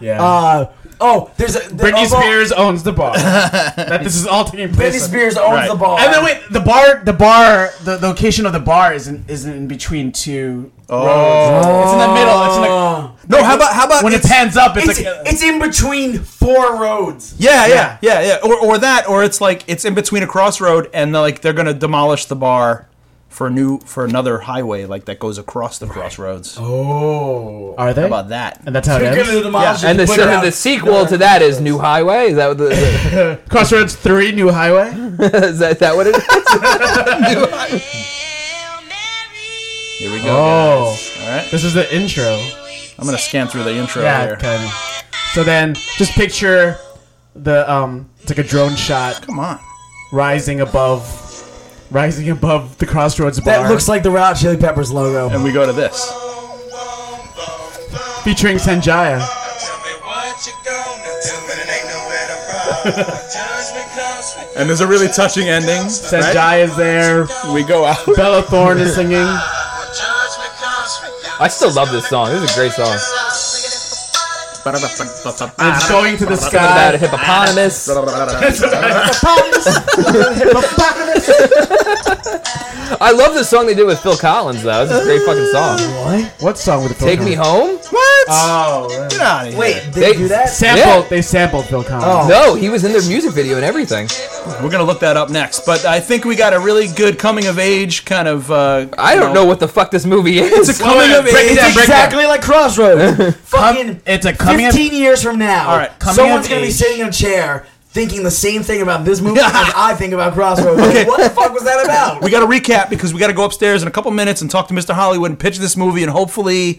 S2: Yeah.
S1: Uh, oh, there's a there-
S2: Britney
S1: although
S2: Spears owns the bar. that this is all taking place.
S1: Britney Spears owns
S4: Right.
S1: the ball.
S2: And then wait, the bar, the bar, the location of the bar isn't isn't in between two roads. It's in the middle. It's in the,
S4: no, how about how about
S2: when it
S4: it's-
S2: pans up, Oh. it's,
S1: it's,
S2: like uh,
S1: it's in between four roads.
S4: Yeah, yeah, yeah, yeah. Or, or that, or it's like it's in between a crossroad, and they're like they're gonna demolish the bar for a new for another highway like that goes across the crossroads.
S2: Oh.
S4: How
S2: are they?
S4: about that?
S2: And that's how it
S1: You're gonna
S2: ends.
S1: demolish it
S3: And the,
S1: to put it out.
S3: the sequel to that is New Highway. Is that what the, is
S2: Crossroads three, new highway.
S3: that, is that what it is?
S4: Here we go.
S2: Oh,
S4: guys. all right.
S2: this is the intro.
S4: I'm gonna scan through the intro
S2: Yeah,
S4: here.
S2: kind of. So then, just picture the um, it's like a drone shot
S4: Come on.
S2: rising above, rising above the crossroads bar.
S1: that looks like the Red Hot Chili Peppers logo.
S4: And we go to this.
S2: featuring Sanjaya.
S4: And there's a really touching ending.
S2: Sanjaya is there.
S4: We go out.
S2: Bella Thorne is singing.
S3: I still love this song. This is a great song.
S2: It's going to the
S3: What
S2: sky.
S3: about a hippopotamus? I love the song they did with Phil Collins though. This is a great fucking song.
S2: What song would it
S3: Take me home?
S4: What?
S2: Oh, yeah.
S4: Get out of here.
S1: Wait, they,
S3: They-
S1: do that?
S2: sampled.
S3: Yeah.
S2: They sampled Phil Collins.
S3: No, he was in their music video and everything.
S4: We're gonna look that up next. But I think we got a really good coming of age kind of. Uh,
S3: I don't know what the fuck this movie is.
S4: It's a coming of
S2: Break it
S4: age.
S2: down,
S1: It's
S2: break it down.
S1: exactly like Crossroads. Fucking
S2: It's a coming.
S1: fifteen years from now,
S4: All right, coming
S1: someone's
S4: of
S1: gonna be
S4: age.
S1: sitting in a chair thinking the same thing about this movie as I think about Crossroads. Like, what the fuck was that about?
S4: We got to recap because we got to go upstairs in a couple minutes and talk to Mr. Hollywood and pitch this movie and hopefully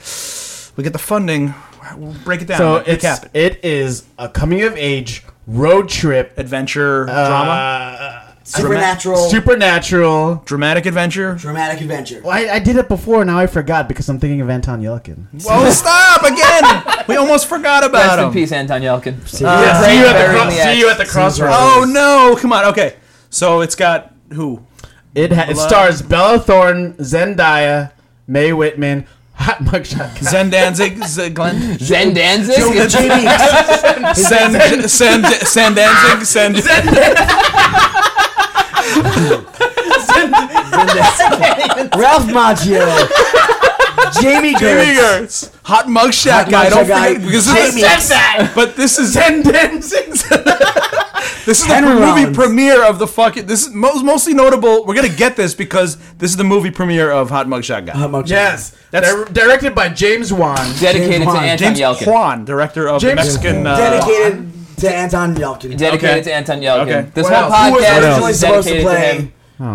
S4: we get the funding. We'll break it down.
S2: So
S4: recap
S2: it's
S4: it.
S2: it is a coming of age road trip
S4: Adventure,
S2: uh,
S4: drama,
S1: Supernatural,
S2: supernatural.
S4: dramatic adventure.
S1: dramatic adventure.
S2: Well, I, I did it before. Now I forgot because I'm thinking of Anton Yelkin.
S4: Oh, stop again! We almost forgot
S3: Rest in
S4: about him.
S3: peace, Anton Yelkin.
S2: Yeah, see, you at the
S3: Burying
S2: cro-
S3: the
S2: see you at the crossroads.
S4: Oh no! Come on. Okay. So it's got who?
S2: It, ha- it stars Bella Thorne, Zendaya, May Whitman, Hot Mugshot. Guy.
S4: Zen Danzig, Z- Glenn,
S3: Zen Danzig?
S1: Jamie,
S4: San, San, San Danzig, San.
S1: Ralph Macchio, Jamie
S4: Jamie
S1: Gertz,
S4: Gertz, hot mugshot
S1: Hot
S4: guy. Don't
S1: mugshot guy.
S4: forget because this
S1: Jamie.
S4: is But this is this is the
S1: Henry
S4: movie
S1: Rollins.
S4: premiere of the fucking. This is most, mostly notable. We're gonna get this because this is the movie premiere of Hot Mugshot Guy.
S1: Hot Mugshot.
S2: Yes,
S4: That's-
S2: that's directed by James Wan.
S3: Dedicated
S1: James
S3: to
S1: Wan.
S3: Anton
S4: James
S3: Yelkin.
S4: Juan, director of the
S2: James
S4: Mexican. Uh,
S1: dedicated to Anton Yelkin.
S3: Dedicated
S4: Okay.
S3: to Anton Yelkin.
S4: Okay.
S3: This
S4: What
S3: whole
S4: else?
S1: Who was
S3: podcast
S1: originally
S3: is
S1: supposed to
S3: dedicated to
S1: play
S3: him
S1: uh,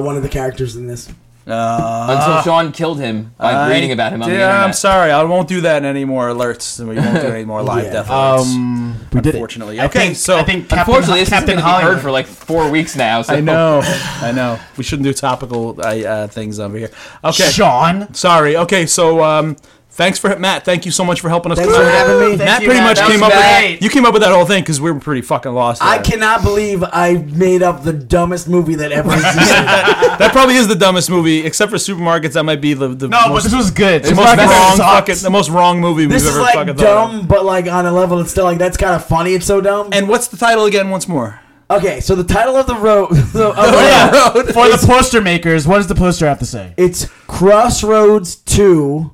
S1: one of the characters in this?
S3: until Sean killed him by reading about him on the
S4: yeah,
S3: internet.
S4: I'm sorry. I won't do that in any more alerts. We won't do any more live
S1: Yeah.
S4: death alerts.
S2: Um, we did it.
S4: Unfortunately.
S2: I
S4: Okay,
S2: think-
S4: so-
S2: I think Captain,
S3: Unfortunately, this
S2: Captain
S3: has been heard
S2: Hollywood.
S3: for like four weeks now. So
S4: I know, I know. We shouldn't do topical uh, uh, things over here. Okay,
S2: Sean.
S4: sorry. Okay, so um, thanks for Matt. Thank you so much for helping us.
S1: Thanks
S4: through
S1: for
S4: it.
S1: having me.
S4: Matt
S2: you,
S4: pretty
S2: Matt.
S4: much
S2: That
S4: came
S3: was
S4: up
S3: great.
S4: with you came up with that whole thing because we were pretty fucking lost.
S1: I
S4: there.
S1: cannot believe I made up the dumbest movie that ever existed.
S4: That probably is the dumbest movie, except for supermarkets. That might be the, the
S2: No, but
S4: most,
S2: this was good.
S4: the
S2: This
S4: most
S2: was
S4: wrong
S2: fucking-
S4: fucking the most wrong movie
S1: this
S4: we've
S1: is
S4: ever fucking
S1: like
S4: thought. Of.
S1: dumb, but like on a level, it's still like that's kind of funny. It's so dumb.
S4: And what's the title again? Once more.
S1: okay, so the title of the road, so,
S4: Oh,
S1: of the-
S2: For the poster makers, what does the poster have to say?
S1: it's Crossroads Two.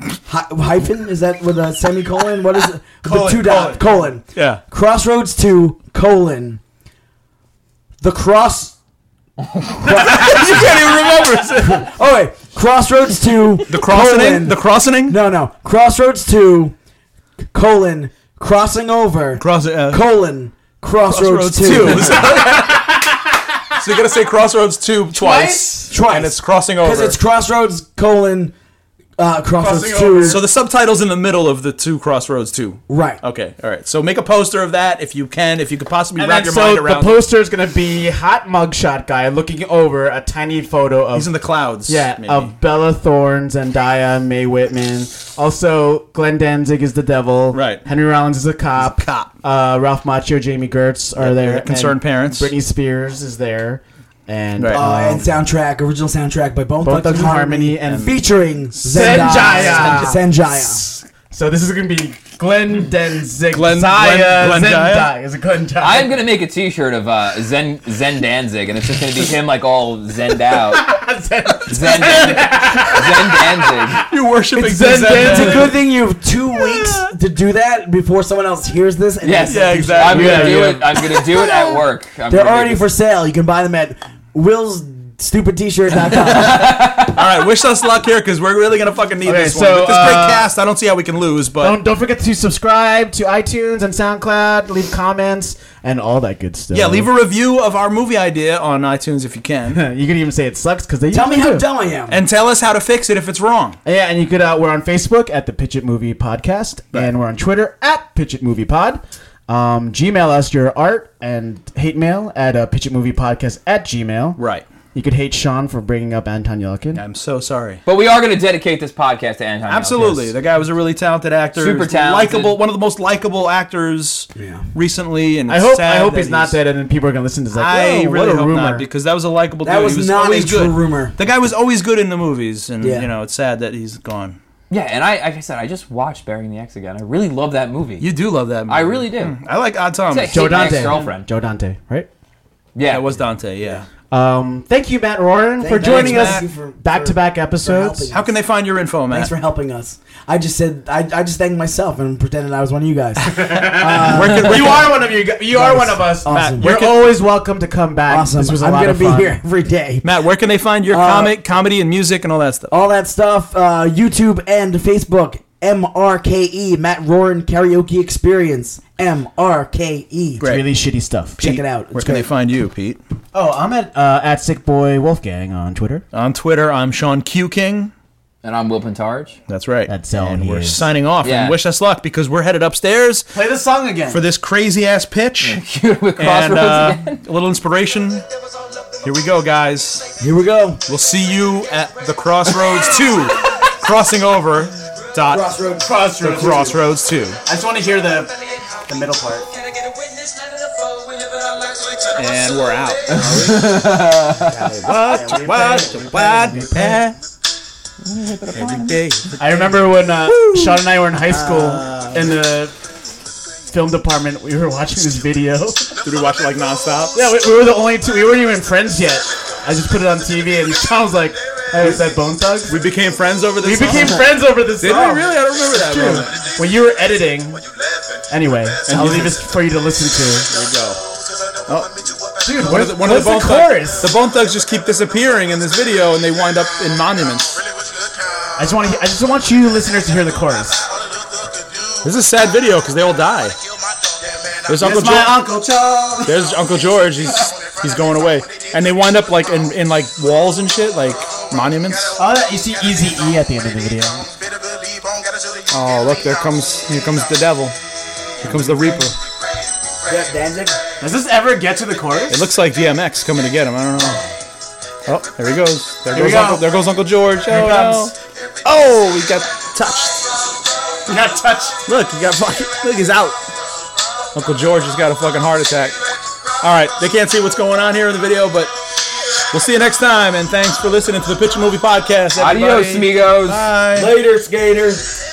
S1: Hy- hyphen is that with a semicolon? What is it?
S4: Colon,
S1: the two dot colon.
S4: Yeah.
S1: Crossroads Two colon. The cross.
S4: you can't even remember.
S1: Oh wait, Crossroads Two.
S4: The crossing.
S1: colon-
S4: The crossing.
S1: No, no. Crossroads 2, colon, crossing over,
S4: Crossing. Uh,
S1: colon, crossroads,
S4: Crossroads
S1: 2.
S4: two. so you gotta say Crossroads two twice,
S1: Twice.
S4: and it's crossing over.
S1: Because it's crossroads, colon, uh, Crossroads
S2: Crossing
S1: Two.
S2: over.
S4: So the subtitle's in the middle of the two Crossroads too.
S1: right.
S4: Okay, all right. So make a poster of that if you can, if you could possibly
S2: And
S4: wrap
S2: then,
S4: your
S2: so
S4: mind
S2: the
S4: around. it.
S2: poster is gonna be hot mugshot guy looking over a tiny photo of
S4: He's in the clouds.
S2: yeah
S4: maybe.
S2: of Bella Thorne, Zendaya, Mae Whitman. Also, Glenn Danzig is the devil.
S4: Right.
S2: Henry Rollins is a cop.
S4: He's a cop.
S2: Uh, Ralph Macchio, Jamie Gertz are there.
S4: concerned
S2: and
S4: parents.
S2: Britney Spears is there. And
S4: Right.
S1: Uh,
S2: um,
S1: and soundtrack, original soundtrack by Bone
S2: Bone
S1: Thugs and Harmony,
S2: and-
S1: featuring
S2: Zendaya.
S1: Zendaya. Zendaya.
S2: so this is gonna be Glenn Danzig.
S4: Glenn-
S2: Zaya,
S4: Glenn- Glenn
S2: Zendaya.
S4: Daya?
S2: Is it Glenn Daya?
S3: I'm gonna make a T-shirt of uh, Zen Zen Danzig, and it's just gonna be him like all zened out. Zen, Zen, Zen Danzig.
S4: you're worshiping
S2: It's Zen
S1: It's
S2: Danzig.
S1: a good thing you have two weeks to do that before someone else hears this. And
S3: Yes,
S4: Yeah,
S3: I'm
S4: exactly.
S3: gonna
S2: Yeah,
S3: do
S2: yeah.
S3: it. I'm gonna do it at work. I'm
S1: They're
S3: gonna make
S1: already
S3: it-
S1: for sale. You can buy them at Will's Stupid T-shirt.com.
S4: All right, wish us luck here because we're really gonna fucking need
S2: Okay,
S4: this
S2: so,
S4: one. With this great
S2: uh,
S4: cast, I don't see how we can lose, but
S2: Don't, don't forget to subscribe to iTunes and SoundCloud, leave comments, and all that good stuff.
S4: yeah, leave a review of our movie idea on iTunes if you can,
S2: You can even say it sucks because they
S1: Tell me
S2: usually
S1: how
S2: do.
S1: dumb I am.
S4: and tell us how to fix it if it's wrong.
S2: Yeah, and you could. Uh, we're on Facebook at the Pitch It Movie Podcast, and we're on Twitter at Pitch It Movie Pod. Um, Gmail us your art and hate mail at uh, Pitch It Movie Podcast at Gmail.
S4: Right.
S2: You could hate Sean for bringing up Anton Yelkin.
S4: I'm so sorry.
S3: But we are gonna dedicate this podcast to Anton. Yelchin.
S4: Absolutely, the guy was a really talented actor,
S3: Super talented.
S4: likable, one of the most likable actors recently. And
S2: I hope.
S4: sad
S2: I hope
S4: that
S2: he's not dead, and then people are gonna listen to this. Like,
S4: I
S2: "Oh,
S4: really
S2: what a
S4: hope
S2: rumor.
S4: not because that was a likable.
S1: That
S4: dude.
S1: was
S4: he was
S1: not a
S4: always
S1: true
S4: good.
S1: rumor.
S4: The guy was always good in the movies, and
S1: Yeah.
S4: you know it's sad that he's gone.
S3: Yeah, and I, like I said, I just watched Burying the Ex again. I really love that movie.
S4: You Hmm. do love that movie.
S3: I really do.
S4: I like Odd Thomas.
S3: Say-
S2: Joe
S3: Hate my
S2: Dante,
S3: ex-girlfriend.
S2: Joe Dante, right?
S3: yeah,
S4: That was Dante. Yeah.
S2: Um, thank you, Matt Roran, for
S1: Thank-
S2: joining
S4: thanks,
S1: Matt.
S2: us back to back episodes.
S1: helping.
S4: How can they find your info, man?
S1: Thanks for helping us. I just said I, I just thanked myself and pretended I was one of you guys.
S4: where can, where
S2: You
S4: can-
S2: are one of you. gu- You are
S1: That was
S2: one of us.
S1: awesome.
S2: Matt. Uh, You're
S4: Wicked.
S2: always welcome to come back.
S1: awesome.
S2: This was a
S1: I'm
S2: lot
S1: gonna
S2: of
S1: be
S2: fun.
S1: here every day.
S4: Matt, where can they find your comic, comedy, and music and all that stuff?
S1: All that stuff, uh, YouTube and Facebook. M R K E Matt Roran Karaoke Experience. M R K E.
S4: Great.
S2: Really shitty stuff.
S1: Check it out.
S4: Where
S1: It's
S4: can they
S1: great.
S4: find you, Pete?
S2: Oh, I'm at uh, at Sick Boy Wolfgang on Twitter.
S4: On Twitter, I'm Sean Q King.
S3: and I'm Wilpin Targe.
S4: That's right.
S2: That's how
S4: And
S2: he
S4: we're
S2: is.
S4: signing off.
S3: Yeah.
S4: And wish us luck because we're headed upstairs
S2: Play the song again.
S4: for this crazy ass pitch
S3: With Crossroads
S4: and uh,
S3: again.
S4: a little inspiration. Here we go, guys.
S1: Here we go.
S4: We'll see you at the Crossroads Two, crossing over. Dot
S1: Crossroads.
S4: The Crossroads Two.
S2: I just want to hear the the middle part.
S4: And
S6: And
S4: we're out. What? What? What? Every day.
S2: I remember when uh, Sean and I were in high school in
S4: uh,
S2: the film department. We were watching this video.
S4: Did we watch it like nonstop?
S2: Yeah, we, we were the only two. We weren't even friends yet. I just put it on TV, and Sean was like, "Hey, is that Bone Thugs?"
S4: We became friends Oh. over
S2: We
S4: this.
S2: became friends over this
S4: Did we
S2: song.
S4: really? I don't remember that. moment.
S2: When you were editing, anyway, I'll leave this for you to listen to.
S4: Here we go.
S2: Dude,
S4: One
S2: where's,
S4: of the, one
S2: where's
S4: of the bone
S2: the
S4: Thug-
S2: chorus?
S4: the bone thugs just keep disappearing in this video, and they wind up in monuments.
S2: I just want to. I just want you listeners to hear the chorus.
S4: This is a sad video because they all die. There's Uncle George.
S2: Uncle Charles.
S4: There's Uncle George. He's he's going away, and they wind up like in, in like walls and shit, like monuments.
S2: Oh, that, you see Easy E at the end of the video.
S4: Oh look, there comes here comes the devil. Here comes the Reaper.
S1: Danzig.
S2: Does this ever get to the chorus?
S4: It looks like DMX coming to get him. I don't know. Oh, there he goes. There
S2: Here we
S4: goes
S2: go.
S4: Uncle. There goes Uncle George. Oh,
S2: he
S4: no.
S2: comes.
S4: oh, he got touched.
S2: not touched.
S4: Look, he got fucking. Look, he's out. Uncle George has got a fucking heart attack. All right, they can't see what's going on here in the video, but we'll see you next time. And thanks for listening to the Picture Movie Podcast. Everybody.
S3: Adios, amigos.
S4: Bye.
S1: Later, skater.